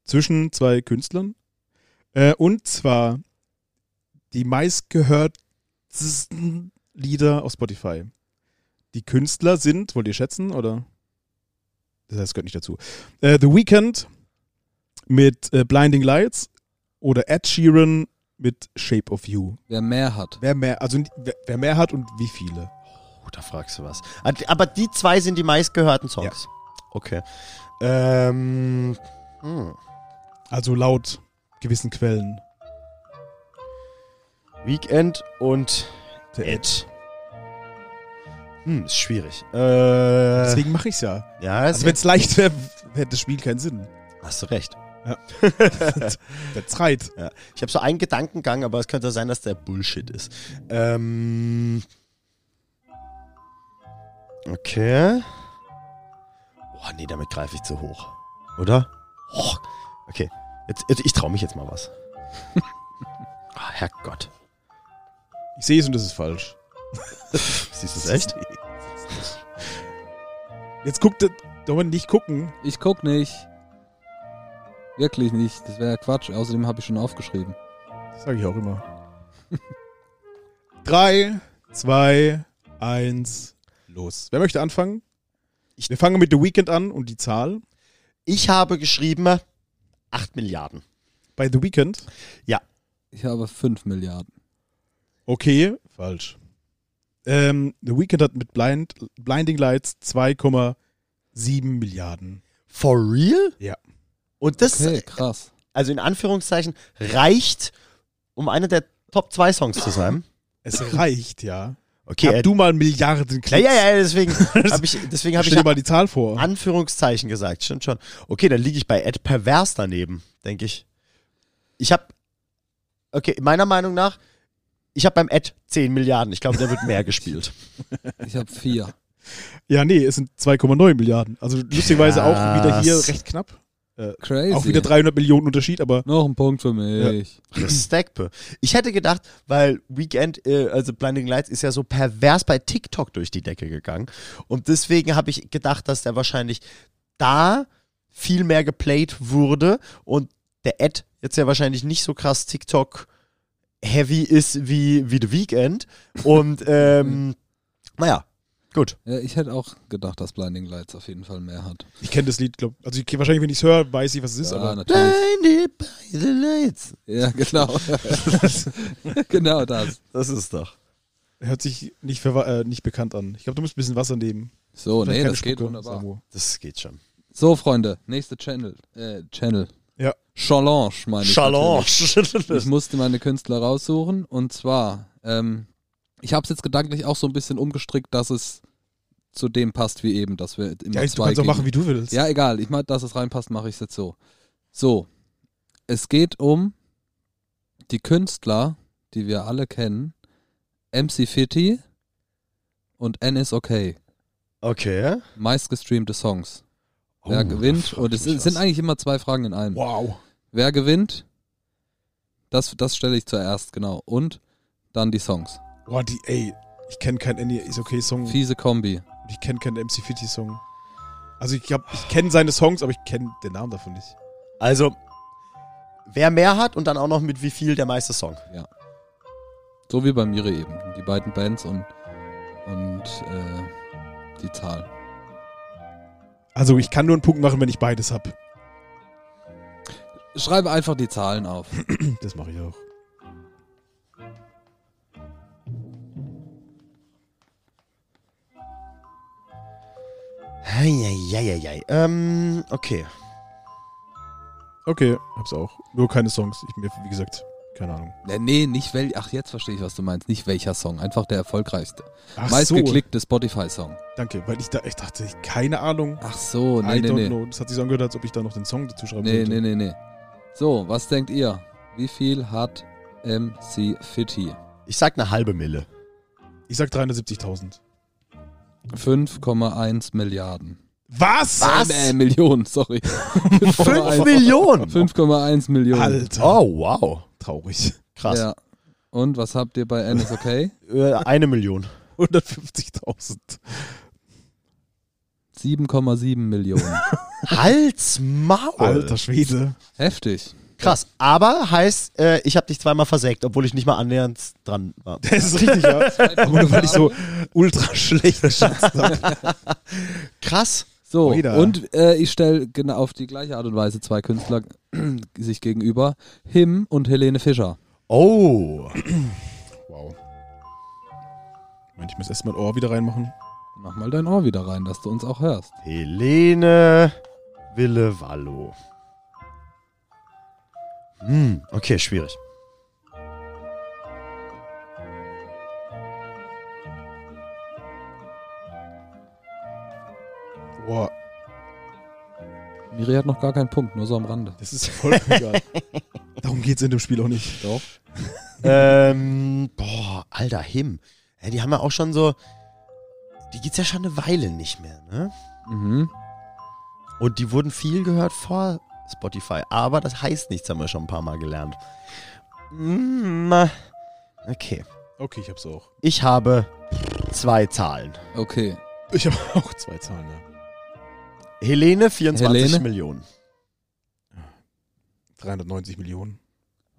D: zwischen zwei Künstlern. Äh, und zwar die meistgehörtesten Lieder auf Spotify. Die Künstler sind, wollt ihr schätzen, oder? Das heißt, gehört nicht dazu. Äh, The Weeknd mit äh, Blinding Lights oder Ed Sheeran mit Shape of You.
A: Wer mehr hat.
D: Wer mehr, also wer, wer mehr hat und wie viele?
C: Oh, da fragst du was. Aber die zwei sind die meistgehörten Songs. Okay. Ähm, hm.
D: Also laut gewissen Quellen.
C: Weekend und
D: Der
C: Ed. Hm, ist schwierig. Äh,
D: Deswegen mache ich es ja.
C: ja,
D: Also
C: also
D: wenn es leicht wäre, hätte das Spiel keinen Sinn.
C: hast du recht.
D: Wenn es reit.
C: Ja. Ich habe so einen Gedankengang, aber es könnte sein, dass der Bullshit ist. Ähm. Okay. Boah, nee, damit greife ich zu hoch. Oder? Oh, okay. Jetzt, jetzt, ich traue mich jetzt mal was. Ah, Herrgott.
D: Ich sehe es und das ist falsch.
C: Siehst du es echt?
D: Jetzt guckt der Dominik nicht gucken.
A: Ich guck nicht. Wirklich nicht. Das wäre Quatsch. Außerdem habe ich schon aufgeschrieben.
D: Das sage ich auch immer. Drei, zwei, eins, los. Wer möchte anfangen?
C: Ich-
D: Wir fangen mit The Weeknd an und die Zahl.
C: Ich habe geschrieben 8 Milliarden.
D: Bei The Weeknd.
A: Ich habe 5 Milliarden.
D: Okay, falsch. Ähm, The Weeknd hat mit Blind, Blinding Lights 2,7 Milliarden.
C: For real?
D: Ja.
C: Und das,
A: Okay, krass.
C: also in Anführungszeichen, reicht, um einer der Top 2 Songs zu sein.
D: Es reicht, ja.
C: Okay,
D: Hab
C: äh,
D: du mal Milliarden
C: ja, ja, ja, deswegen habe ich, deswegen habe ich
D: Stell
C: ja
D: dir mal die Zahl vor.
C: Anführungszeichen gesagt, stimmt schon. Okay, dann liege ich bei Ed Pervers daneben, denke ich. Ich habe, okay, meiner Meinung nach, ich habe beim Ed 10 Milliarden. Ich glaube, der wird mehr gespielt.
A: Ich habe 4.
D: Ja, nee, es sind 2,9 Milliarden. Also lustigerweise auch wieder hier
C: Krass.
D: recht knapp.
A: Crazy.
D: Auch wieder 300 Millionen Unterschied, aber
A: Noch ein Punkt für mich.
C: Respekt. Ich hätte gedacht, weil Weekend, äh, also Blinding Lights ist ja so pervers bei TikTok durch die Decke gegangen. Und deswegen habe ich gedacht, dass der wahrscheinlich da viel mehr geplayt wurde und der Ad jetzt ja wahrscheinlich nicht so krass TikTok heavy ist wie, wie The Weekend. Und ähm, naja, gut.
A: Ja. ich hätte auch gedacht, dass Blinding Lights auf jeden Fall mehr hat.
D: ich kenne das Lied, glaube Also ich, wahrscheinlich, wenn ich es höre, weiß ich, was es ist.
A: ja,
D: aber
A: natürlich.
C: Blinded by the Lights.
A: Ja, genau. genau das.
C: Das ist doch.
D: hört sich nicht, verwa- äh, nicht bekannt an. Ich glaube, du musst ein bisschen Wasser nehmen.
A: So,
D: Vielleicht
A: Oh, nee,
D: keine
A: das geht
D: Spucke,
A: wunderbar.
D: Samu.
C: Das geht schon.
A: So, Freunde, nächste Channel. Äh, Channel.
D: Ja.
A: Challenge, meine ich.
C: Challenge.
A: natürlich. Ich musste meine Künstler raussuchen und zwar, ähm, ich habe es jetzt gedanklich auch so ein bisschen umgestrickt, dass es zu dem passt wie eben, dass wir immer
D: Ja,
A: zwei
D: du kannst auch
A: gegen-
D: machen, wie du willst.
A: Ja, egal. Ich meine, dass es reinpasst, mache ich es jetzt so. So. Es geht um die Künstler, die wir alle kennen. MC Fitty und N is okay.
C: Okay.
A: Meistgestreamte Songs. Wer
C: Oh,
A: gewinnt?
C: frag
A: Und es
C: mich
A: sind
C: was.
A: eigentlich immer zwei Fragen in einem.
D: Wow.
A: Wer gewinnt? Das, das stelle ich zuerst, genau. Und dann die Songs.
D: Boah, Oh, die, ey, ich kenne keinen Andy Is Okay Song. und
A: Fiese Kombi.
D: Ich kenne keinen MC Fitty Song. Also ich glaube, ich kenne seine Songs, aber ich kenne den Namen davon nicht.
C: Also, wer mehr hat und dann auch noch mit wie viel der meiste Song.
A: So wie bei Mire eben. Die beiden Bands und, und äh, die Zahl.
D: Also ich kann nur einen Punkt machen, wenn ich beides habe.
A: Schreibe einfach die Zahlen auf.
D: Das mache ich auch.
C: Eieieiei. Ähm, okay.
D: Okay, hab's auch. Nur keine Songs. Ich mir, wie gesagt, keine Ahnung.
A: Ne, nee, nicht wel. Ach, jetzt verstehe ich, was du meinst. Nicht welcher Song, einfach der erfolgreichste.
D: Ach
A: Meistgeklickte Spotify-Song.
D: Danke, weil ich da, ich dachte, ich- keine Ahnung.
A: Ach so,
D: I
A: Oh, nee, nee,
D: don't
A: nee.
D: know. Das hat sich so angehört, als ob ich da noch den Song dazu schreiben
A: Nee,
D: sollte.
A: nee, nee, nee. So, was denkt ihr? Wie viel hat MC Fitty?
C: Ich sag eine halbe Mille.
D: Ich sag 370.000.
A: 5,1 Milliarden.
D: Was?
C: Was?
A: Äh, nee, Millionen, sorry. 5,1
C: 5 Millionen!
A: 5,1 Millionen.
D: Alter.
C: Oh, wow.
D: Traurig.
C: Krass.
A: Ja. Und was habt ihr bei N is okay?
C: Äh, eine Million.
D: 150.000.
A: 7,7 Millionen.
C: Hals, Maul.
D: Alter Schwede.
A: Heftig.
C: Krass. Aber heißt, äh, ich habe dich zweimal versägt, obwohl ich nicht mal annähernd dran war.
D: Das ist richtig, ja. Aber nur weil ich so ultra schlecht geschätzt habe.
C: Krass.
A: So,
D: Oida.
A: und äh, ich stelle genau auf die gleiche Art und Weise zwei Künstler sich gegenüber. Him und Helene Fischer.
C: Oh.
D: Wow. Moment, ich muss erstmal Ohr wieder reinmachen.
A: Mach mal dein Ohr wieder rein, dass du uns auch hörst.
C: Helene Willevallo. Hm, okay, schwierig.
D: Boah,
A: Miri hat noch gar keinen Punkt, nur so am Rande.
D: das ist vollkommen egal. Darum geht's in dem Spiel auch nicht.
A: Doch.
C: ähm, boah, alter Him. Ey, die haben ja auch schon so. Die gibt's ja schon eine Weile nicht mehr, ne?
A: Mhm.
C: Und die wurden viel gehört vor Spotify. Aber das heißt nichts, haben wir schon ein paar Mal gelernt. Mm, Okay.
D: Okay, ich hab's auch.
C: Ich habe zwei Zahlen.
A: Okay.
D: Ich habe auch zwei Zahlen, ja.
C: Helene 24
A: Helene?
C: Millionen.
D: 390 Millionen.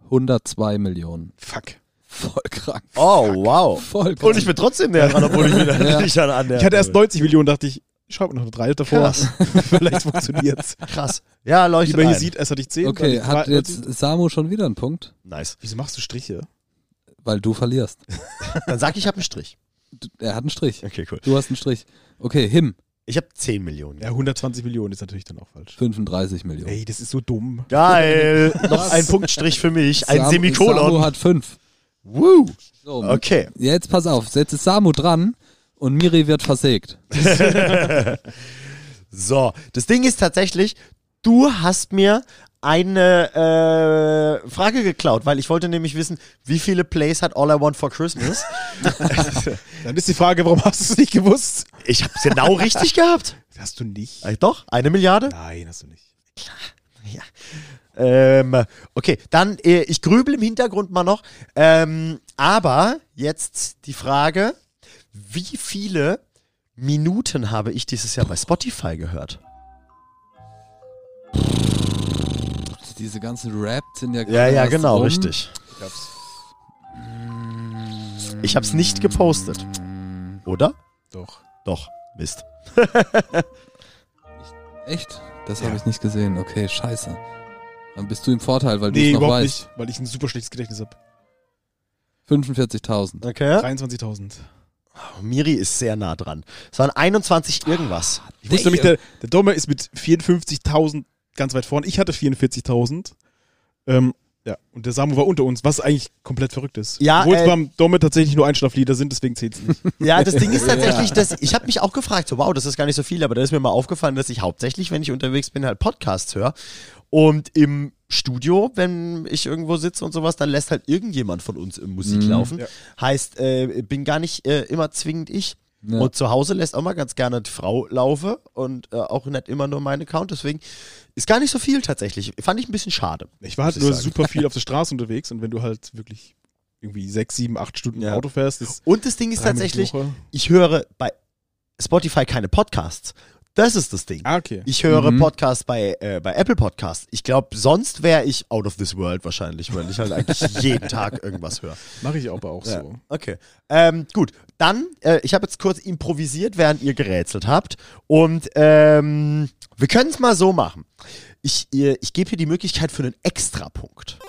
A: 102 Millionen.
D: Fuck.
A: Voll krank.
C: Oh, wow.
A: Voll krank.
C: Und ich bin trotzdem näher dran, obwohl ich wieder
A: Ja.
C: nicht an der.
D: Ich hatte erst 90 Millionen, dachte ich, schreib noch eine 3 davor.
C: Krass.
D: Vielleicht funktioniert's.
C: Krass. Ja,
D: Wie
C: leuchtet
D: man hier
C: ein.
D: sieht, erst hatte ich 10.
A: okay,
D: dann die
A: hat
D: drei-
A: jetzt Samu schon wieder einen Punkt,
C: Nice.
D: Wieso machst du Striche?
A: weil du verlierst.
C: Dann sag ich, ich habe einen Strich.
A: Du- Er hat einen Strich.
C: Okay, cool.
A: Du hast einen Strich. Okay, him.
C: Ich habe 10 Millionen.
D: Ja, 120 Millionen ist natürlich dann auch falsch.
A: 35 Millionen.
D: Ey, das ist so dumm.
C: Geil. Noch ein Punktstrich für mich. Ein
A: Sam- Samu
C: Semikolon.
A: hat 5.
C: Woo.
A: So,
C: Okay.
A: jetzt pass auf. Setze Samu dran und Miri wird versägt.
C: So, das Ding ist tatsächlich, du hast mir eine äh, Frage geklaut, weil ich wollte nämlich wissen, wie viele Plays hat All I Want for Christmas?
D: Dann ist die Frage, warum hast du es nicht gewusst?
C: ich hab's genau richtig gehabt.
D: Hast du nicht.
C: Äh, doch, eine Milliarde?
D: Nein, hast du nicht.
C: Ja. Ähm, okay, dann, äh, ich grübel im Hintergrund mal noch. Ähm, aber jetzt die Frage, wie viele Minuten habe ich dieses Jahr bei Spotify gehört?
A: Diese ganzen Rap sind ja gerade
C: Ja, ja,
A: erst
C: genau,
A: rum.
C: richtig. Ich hab's nicht gepostet. Oder?
D: Doch.
C: Doch, Mist.
A: Echt? Das
D: Ja.
A: habe ich nicht gesehen. Okay, scheiße. Dann bist du im Vorteil, weil
D: Nee,
A: du es noch
D: überhaupt
A: weißt.
D: nicht, weil ich ein super schlechtes Gedächtnis habe.
A: 45.000.
C: Okay.
D: 23.000.
C: Miri ist sehr nah dran. Es waren 21 irgendwas.
D: Ich wusste nämlich, der, der Domme ist mit 54.000 ganz weit vorn. Ich hatte 44.000. Ähm, ja, und der Samu war unter uns, was eigentlich komplett verrückt ist.
C: Ja,
D: Obwohl es
C: äh,
D: beim Domme tatsächlich nur Einschlaflieder sind, deswegen zählt es nicht.
C: Ja, das Ding ist tatsächlich, dass ich habe mich auch gefragt, so wow, das ist gar nicht so viel, aber da ist mir mal aufgefallen, dass ich hauptsächlich, wenn ich unterwegs bin, halt Podcasts höre und im Studio, wenn ich irgendwo sitze und sowas, dann lässt halt irgendjemand von uns im Musik laufen.
D: Mhm. ja.
C: Heißt, äh, bin gar nicht äh, immer zwingend ich.
A: Ja.
C: Und zu Hause lässt auch mal ganz gerne die Frau laufen und äh, auch nicht immer nur mein Account. Deswegen ist gar nicht so viel tatsächlich. Fand ich ein bisschen schade.
D: Ich war halt
C: Muss ich
D: nur
C: sagen.
D: super viel auf der Straße unterwegs und wenn du halt wirklich irgendwie sechs, sieben, acht Stunden
C: Ja.
D: Auto fährst, ist
C: Und das Ding ist
D: dreimal die
C: tatsächlich,
D: Woche.
C: ich höre bei Spotify keine Podcasts. Das ist das Ding.
D: Ah, okay.
C: Ich höre
A: Mhm.
C: Podcasts bei, äh, bei Apple Podcasts. Ich glaube, sonst wäre ich out of this world wahrscheinlich, weil ich halt eigentlich jeden Tag irgendwas höre.
D: Mache ich aber auch so.
C: Okay. Ähm, gut, dann, äh, ich habe jetzt kurz improvisiert, während ihr gerätselt habt. Und ähm, wir können es mal so machen. Ich, ihr- ich gebe hier die Möglichkeit für einen Extrapunkt.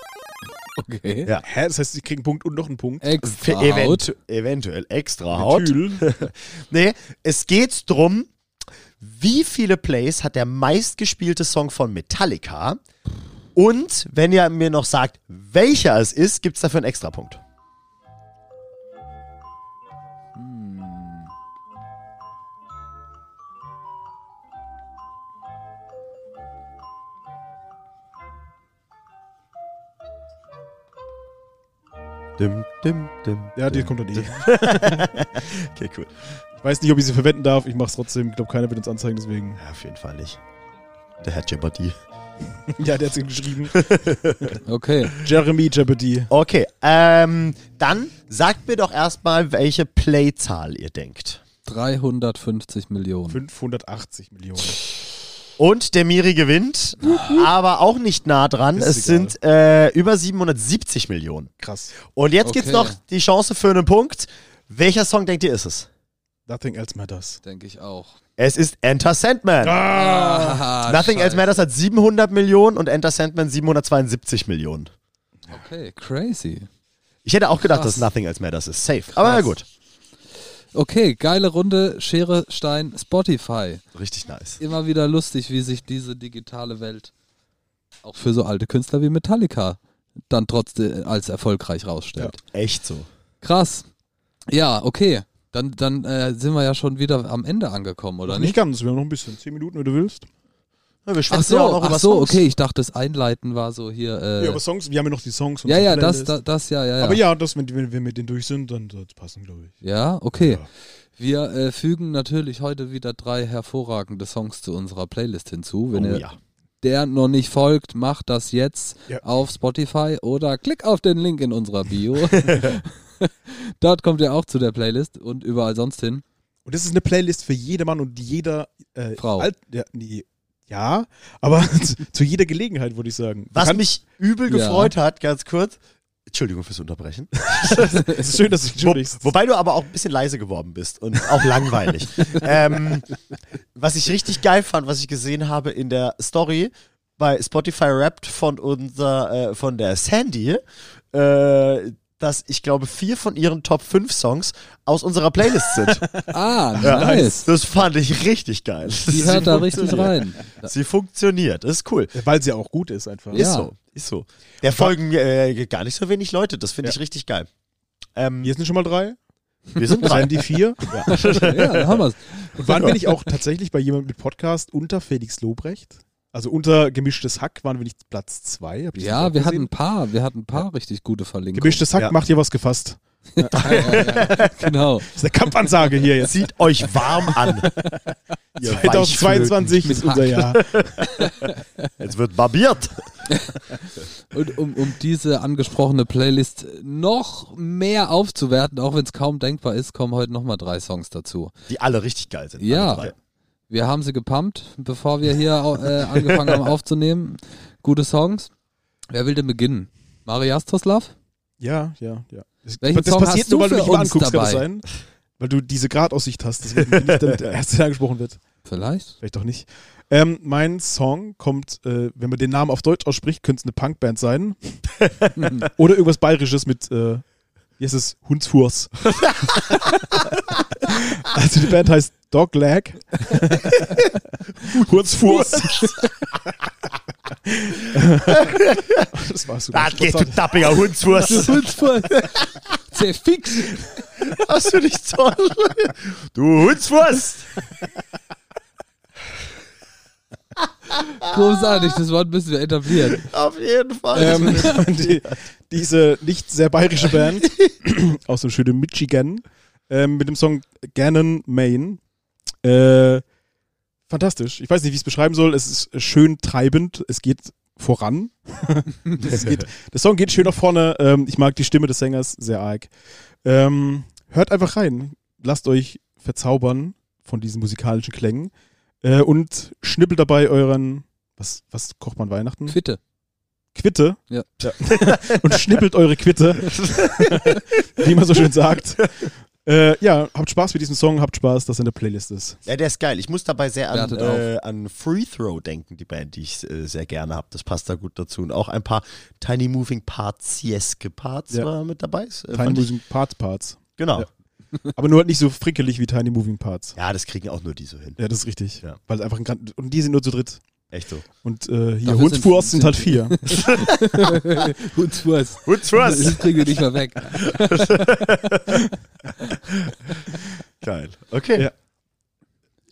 A: Okay.
C: Ja. Äh,
D: Hä? Das heißt, ich kriege einen Punkt und noch einen Punkt.
C: Für
A: Extra Haut.
C: eventu eventuell extra Haut.
D: Tül.
C: Nee, es geht drum, wie viele Plays hat der meistgespielte Song von Metallica? Und wenn ihr mir noch sagt, welcher es ist, gibt es dafür einen Extrapunkt. Hm. Dim, dim, dim,
D: Ja, die
C: dim.
D: kommt dann eh.
C: Okay, cool.
D: Ich weiß nicht, ob ich sie verwenden darf. Ich mache es trotzdem. Ich glaube, keiner wird uns anzeigen, deswegen.
C: Ja, auf jeden Fall nicht. Der Herr Jeopardy.
D: Ja, der hat sie geschrieben.
A: Okay.
D: Jeremy Jeopardy.
C: Okay, ähm, dann sagt mir doch erstmal, welche Playzahl ihr denkt.
A: 350 Millionen.
D: 580 Millionen.
C: Und der Miri gewinnt, aber auch nicht nah dran.
D: Ist
C: es
D: egal.
C: sind äh, über 770 Millionen.
D: Krass.
C: Und jetzt gibt's
A: Okay.
C: noch die Chance für einen Punkt. Welcher Song denkt ihr ist es?
D: Nothing else matters.
A: Denke ich auch.
C: Es ist Enter Sandman.
A: Ah,
C: Nothing Else Matters hat 700 Millionen und Enter Sandman 772 Millionen.
A: Okay, crazy.
C: Ich hätte auch gedacht,
A: Krass.
C: dass Nothing Else Matters ist. Safe. Aber na
A: Krass.
C: gut.
A: Okay, geile Runde, Schere, Stein, Spotify.
C: Richtig nice.
A: Immer wieder lustig, wie sich diese digitale Welt auch für so alte Künstler wie Metallica dann trotzdem äh, als erfolgreich rausstellt.
C: Echt so.
A: Krass. Ja, okay. Dann, dann äh, sind wir ja schon wieder am Ende angekommen, oder
D: Noch
A: nicht?
D: nicht ganz. Wir haben noch ein bisschen. Zehn Minuten, wenn du willst.
C: Ja, wir
A: Ach
C: schwätzen
A: so,
C: ja auch noch
A: ach
C: über
A: so
C: Songs.
A: okay, ich dachte, das Einleiten war so hier. Äh,
D: ja, aber Songs. Wir haben ja noch die Songs. und
A: ja,
D: die
A: ja, das,
D: Playlist.
A: das, das, ja, ja, ja.
D: Aber ja, das, wenn, wenn wir mit denen durch sind, dann soll es passen, glaube ich.
A: Ja, okay.
D: Ja.
A: Wir äh, fügen natürlich heute wieder drei hervorragende Songs zu unserer Playlist hinzu. Wenn
C: Oh
A: ihr
C: ja.
A: der noch nicht folgt, macht das jetzt
D: Ja.
A: auf Spotify oder klick auf den Link in unserer Bio. Dort kommt ihr auch zu der Playlist und überall sonst hin.
D: Und das ist eine Playlist für jedermann und jeder äh,
A: Frau.
D: Alt, ja, nee, ja, aber zu, zu jeder Gelegenheit, würde ich sagen.
C: Was
D: Kann-
C: mich übel
A: Ja.
C: gefreut hat, ganz kurz. Entschuldigung fürs Unterbrechen.
D: es ist schön, dass du
C: Wo,
D: entschuldigst.
C: wobei du aber auch ein bisschen leise geworden bist und auch langweilig. ähm, was ich richtig geil fand, was ich gesehen habe in der Story bei Spotify Wrapped von unser, äh, von der Sandy, äh, dass ich glaube vier von ihren Top 5 Songs aus unserer Playlist sind.
A: Ah, nice.
C: Das fand ich richtig geil.
A: Die hört da richtig rein. Ah.
C: Sie funktioniert, ist cool.
D: Weil sie auch gut ist einfach.
A: Ja.
C: Ist so, ist so. Der folgen äh, gar nicht so wenig Leute, das finde ich richtig geil. Ähm,
D: Hier sind schon mal drei.
C: wir sind
D: Drei
C: dran.
D: die vier.
A: Ja, da haben wir's.
D: Und waren wir nicht auch tatsächlich bei jemandem mit Podcast unter Felix Lobrecht? Also unter gemischtes Hack waren wir nicht Platz zwei? Hab ich das
A: Ja,
D: auch
A: wir hatten
D: gesehen?
A: ein paar, wir hatten ein paar richtig gute Verlinkungen.
D: Gemischtes Hack
C: Ja.
D: macht ihr was gefasst.
A: Genau.
D: Das ist eine Kampfansage hier jetzt.
C: Zieht euch warm an. ihr
D: 2022 ist unser Jahr.
C: Weichflöten. Jetzt wird barbiert.
A: Und um, um diese angesprochene Playlist noch mehr aufzuwerten, auch wenn es kaum denkbar ist, kommen heute nochmal drei Songs dazu.
C: Die alle richtig geil sind. alle
A: Ja,
C: drei.
A: wir haben sie gepumpt, bevor wir hier äh, angefangen haben aufzunehmen. Gute Songs. Wer will denn beginnen? Marias Toslav?
D: Ja, ja, ja. Das,
A: Welchen
D: das
A: Song
D: passiert
A: hast du
D: nur, weil du
A: für
D: mich immer
A: uns
D: anguckst, kann das
A: dabei?
D: sein? Weil du diese Gradaussicht hast, deswegen bin ich damit der Erste, der angesprochen wird.
A: Vielleicht?
D: Vielleicht auch nicht. Ähm, mein Song kommt, äh, wenn man den Namen auf Deutsch ausspricht, könnte es eine Punkband sein. Oder irgendwas Bayerisches mit, äh, wie heißt es, Hundsfurs. also die Band heißt Dogleg. Hundsfurs. das war super.
C: Das geht Ah, du tappiger Hundswurst.
A: Sehr fix.
C: Hast du nicht toll? Du Hundswurst.
A: Großartig, das Wort müssen wir etablieren.
C: Auf jeden Fall.
D: ähm, die, diese nicht sehr bayerische Band aus dem schönen Michigan ähm, mit dem Song Gannon, Maine. Äh, fantastisch. Ich weiß nicht, wie ich es beschreiben soll. Es ist schön treibend. Es geht voran. es geht, der Song geht schön nach vorne. Ähm, ich mag die Stimme des Sängers sehr arg. Ähm, hört einfach rein. Lasst euch verzaubern von diesen musikalischen Klängen. Äh, und schnippelt dabei euren. Was, was kocht man Weihnachten?
A: Quitte.
D: Quitte
A: Ja.
D: und schnippelt eure Quitte, wie man so schön sagt. Äh, ja, habt Spaß mit diesem Song, habt Spaß, dass er in der Playlist ist.
C: ja, der ist geil. Ich muss dabei sehr an,
A: Wertet
C: äh, an Free Throw denken, die Band, die ich äh, sehr gerne habe. Das passt da gut dazu. Und auch ein paar Tiny Moving Parts, Jeske Parts
D: Ja.
C: war mit dabei. Äh,
D: Tiny
C: fand ich-
D: Moving Parts Parts.
C: Genau.
D: Ja. Aber nur halt nicht so frickelig wie Tiny Moving Parts.
C: Ja, das kriegen auch nur die so hin.
D: Ja, das ist richtig.
C: Ja.
D: Weil es einfach ein Grand Und die sind nur zu dritt.
C: Echt so.
D: Und äh, hier,
A: Dafür
D: Hundsfurst
A: sind-
D: sind halt vier.
A: Uns was.
C: Hundswurst.
A: Das kriegen wir nicht mehr weg.
C: geil. Okay.
D: Ja.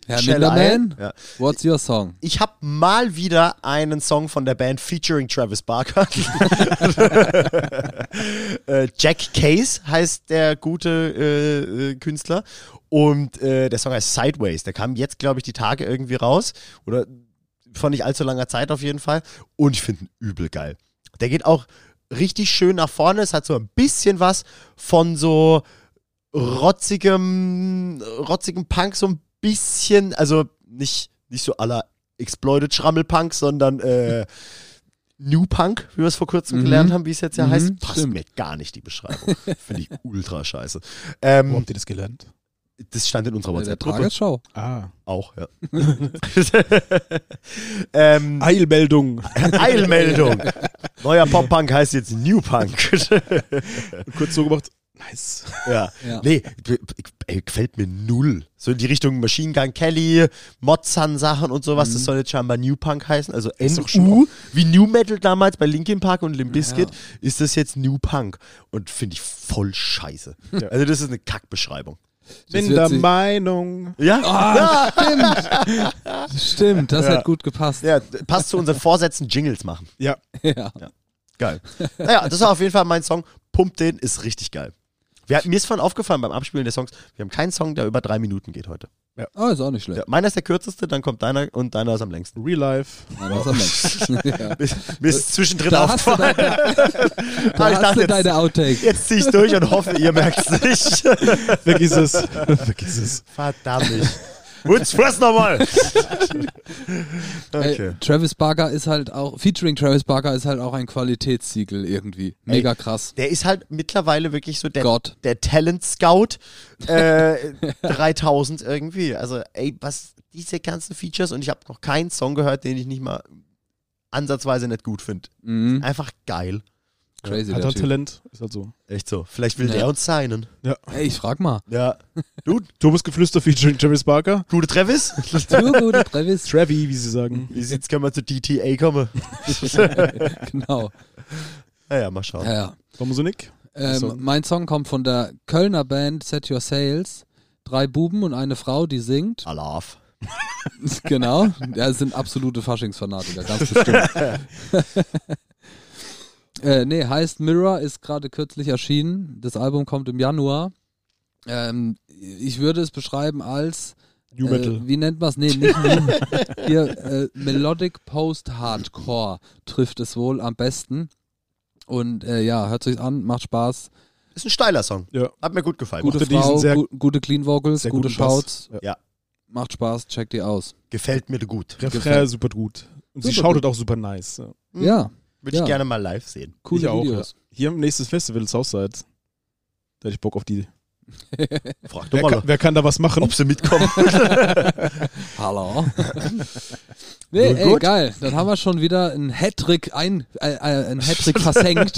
A: Herr
C: Shall I?
A: Minderman,
C: Ja.
A: what's your song?
C: Ich habe mal wieder einen Song von der Band featuring Travis Barker. äh, Jack Case heißt der gute äh, äh, Künstler. Und äh, der Song heißt Sideways. Der kam jetzt, glaube ich, die Tage irgendwie raus. Oder von nicht allzu langer Zeit auf jeden Fall. Und ich finde ihn übel geil. Der geht auch richtig schön nach vorne. Es hat so ein bisschen was von so rotzigem, rotzigem Punk, so ein bisschen, also nicht, nicht so aller Exploited Schrammelpunk, sondern äh, New Punk, wie wir es vor kurzem
A: Mhm.
C: gelernt haben, wie es jetzt ja
A: Mhm,
C: heißt. Passt
A: stimmt.
C: mir gar nicht die Beschreibung. Finde ich ultra scheiße. Ähm,
D: ihr das gelernt?
C: das stand in unserer
A: Bei Äh, der
C: WhatsApp-Gruppe
A: Tagesschau.
D: Ah.
C: auch, ja. ähm,
D: Eilmeldung.
C: Eilmeldung. Neuer Pop-Punk heißt jetzt New Punk.
D: Kurz so gemacht. Nice.
C: Ja.
A: Ja.
C: Nee, b- b- ey, gefällt mir null. So in die Richtung Machine Gun Kelly, Mod Sun Sachen und sowas. Das soll jetzt scheinbar New Punk heißen. Also
D: Mhm. doch schon
C: NU, wie New Metal damals bei Linkin Park und Limp Bizkit, ist das jetzt New Punk. Und finde ich voll scheiße.
D: Ja.
C: Also das ist eine Kackbeschreibung.
A: Das
D: Bin
A: wird
D: der
A: sie-
D: Meinung.
C: Ja?
A: Ah, stimmt. stimmt, das
C: Ja.
A: hat gut gepasst.
C: Ja, d- passt zu unseren Vorsätzen, Jingles machen.
D: Ja.
A: Ja.
C: Geil. Naja, das war auf jeden Fall mein Song. Pump den, ist richtig geil. Wir, mir ist vorhin aufgefallen beim Abspielen der Songs, wir haben keinen Song, der über drei Minuten geht heute.
A: Ah, ist auch nicht schlecht.
C: Der, meiner ist der kürzeste, dann kommt deiner und deiner ist am längsten.
D: Real Life.
A: Nein, das ist am längsten. ja.
C: Mir ist zwischendrin
A: Da hast du
C: aufgefallen.
A: deine,
C: Ah,
A: da
C: ich
A: hast
C: dachte
A: du
C: jetzt,
A: deine Outtake.
C: jetzt zieh ich durch und hoffe, ihr merkt es nicht.
D: Vergiss es. Vergiss es.
C: Verdammt. Woods, fress nochmal!
A: Ey, Travis Barker ist halt auch, featuring Travis Barker ist halt auch ein Qualitätssiegel irgendwie. Mega krass.
C: Der ist halt mittlerweile wirklich so der,
A: Gott.
C: der Talent Scout äh, 3000 irgendwie. Also, ey, was diese ganzen Features und ich habe noch keinen Song gehört, den ich nicht mal ansatzweise nicht gut finde.
A: Mhm.
C: Einfach geil.
A: Crazy,
D: Hat
A: der
D: er
A: Typ.
D: Talent. Ist halt so.
C: Echt so. Vielleicht will
A: Ja.
C: der uns signen.
A: Ey, ich frag mal.
C: Ja. Du,
D: Thomas Geflüster featuring Travis Barker.
C: gute Travis?
A: Du, gute Travis.
D: Travi, wie sie sagen.
C: Wie sieht's, können wir zu DTA kommen?
A: genau.
C: Naja, mal schauen.
A: Ja, ja.
D: Warum so Nick?
A: Ähm,
D: Song.
A: Mein Song kommt von der Kölner Band Set Your Sails. Drei Buben und eine Frau, die singt.
C: Alaf.
A: genau. Ja, es sind absolute Faschingsfanatiker, ganz bestimmt. äh, nee, heißt Mirror, ist gerade kürzlich erschienen. Das Album kommt im Januar. Ähm, ich würde es beschreiben als
D: New
A: äh,
D: Metal.
A: wie nennt man es? Nee, nicht New Hier, äh, Melodic Post Hardcore trifft es wohl am besten. Und äh, ja, hört sich's an, macht Spaß.
C: Ist ein steiler Song.
D: Ja.
C: Hat mir gut gefallen.
A: Gute
D: mochte diesen
A: Frau,
D: sehr-
A: gu gute Clean Vocals,
D: sehr
A: gute
D: guten Bass.
A: Shouts.
C: Ja.
A: Macht Spaß, checkt die aus.
C: Gefällt mir gut.
D: Refrain
A: gefällt.
D: super gut. Und sie
A: Super
D: shoutet auch super nice. Ja.
C: Mhm.
A: Ja,
C: Würde
A: Ja.
C: ich gerne mal live sehen.
A: coole
D: ich auch.
A: Videos.
D: Ja. Hier im nächsten Festival Southside. Da hätte ich Bock auf die.
C: Frag doch
D: Wer
C: mal,
D: kann, wer kann da was machen?
C: ob sie mitkommen.
A: Hallo. nee,
C: Nun
A: ey,
C: gut.
A: geil. Dann haben wir schon wieder einen Hattrick ein, äh, äh, einen Hattrick versenkt.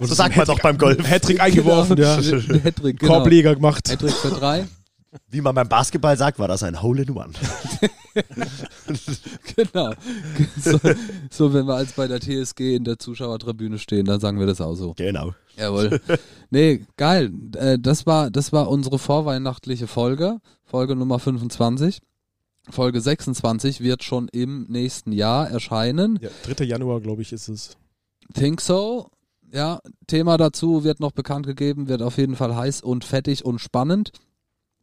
C: so sagt man doch beim Golf.
D: Hattrick eingeworfen,
A: Genau.
D: ja.
A: Einen Hattrick, genau.
D: Korbleger gemacht.
A: Hattrick für drei.
C: Wie man beim Basketball sagt, war das ein Hole in One.
A: Genau. So, so, wenn wir als bei der TSG in der Zuschauertribüne stehen, dann sagen wir das auch so.
C: genau.
A: Jawohl. Nee, geil. Äh, das, war, das war unsere vorweihnachtliche Folge, Folge Nummer 25. Folge 26 wird schon im nächsten Jahr erscheinen.
D: Ja, 3. Januar, glaube ich, ist es.
A: Think so. Ja, Thema dazu wird noch bekannt gegeben, wird auf jeden Fall heiß und fettig und spannend.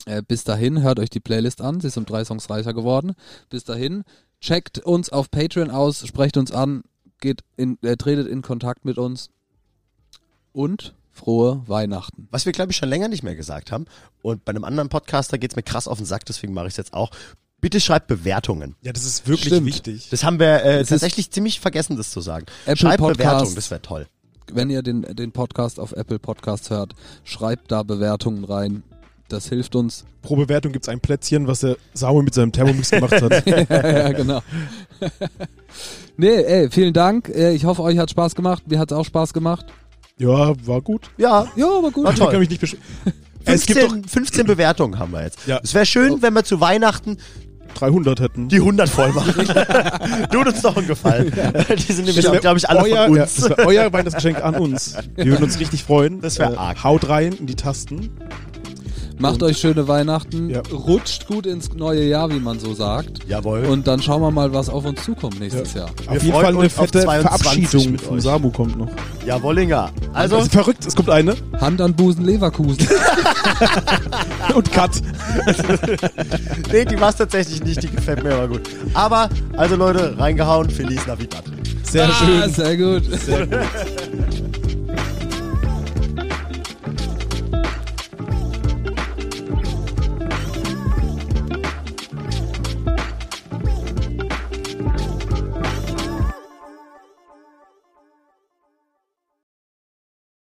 A: Äh, bis dahin, hört euch die Playlist an, sie ist um drei Songs reicher geworden. Bis dahin, checkt uns auf Patreon aus, sprecht uns an, geht in, äh, tretet in Kontakt mit uns und frohe Weihnachten.
C: Was wir, glaube ich, schon länger nicht mehr gesagt haben. Und bei einem anderen Podcaster geht es mir krass auf den Sack, deswegen mache ich es jetzt auch. Bitte schreibt Bewertungen.
D: Ja, das ist wirklich
A: Stimmt.
D: wichtig.
C: Das haben wir äh,
A: Es ist-
C: tatsächlich ziemlich vergessen, das zu sagen.
A: Apple
C: schreibt
A: Podcasts.
C: Bewertungen, das wäre toll.
A: Wenn ihr den, den Podcast auf Apple Podcasts hört, schreibt da Bewertungen rein. Das hilft uns.
D: Pro Bewertung gibt es ein Plätzchen, was der Samuel mit seinem Thermomix gemacht hat.
A: ja, genau. nee, ey, vielen Dank. Äh, Ich hoffe, euch hat Spaß gemacht. Mir hat es auch Spaß gemacht.
D: Ja, war gut.
C: Ja,
A: Ja, aber gut.
C: War
D: Ich
C: toll.
D: kann mich nicht beschweren. Es gibt doch
C: 15, 15 Bewertungen haben wir jetzt.
D: Ja.
C: Es wäre schön, wenn wir zu Weihnachten
D: 300 hätten.
C: die 100 voll machen. Tut uns doch einen Gefallen. Die sind nämlich,
D: wär
C: glaube ich, alle
D: euer,
C: von
D: Ja,
C: uns.
D: das wär euer Weihnachtsgeschenk an uns. Wir würden uns richtig freuen.
C: Das wär
D: Äh,
C: arg.
D: Haut rein in die Tasten.
A: Macht euch schöne Weihnachten.
D: Ja.
A: Rutscht gut ins neue Jahr, wie man so sagt.
C: Jawohl.
A: Und dann schauen wir mal, was auf uns zukommt nächstes Jahr.
D: Auf jeden
C: freuen
D: Fall eine
C: uns auf
D: fette
C: 22
D: Verabschiedung
C: mit
D: vom
C: euch.
D: Samu kommt noch.
C: Jawollinger. Also,
D: Das ist verrückt, es kommt eine
A: Hand an Busen, Leverkusen.
D: und Cut.
C: nee, die war es tatsächlich nicht. Die gefällt mir aber gut. Aber, also Leute, reingehauen. Feliz Navidad.
D: Sehr schön.
A: Ah, sehr gut.
D: Sehr gut.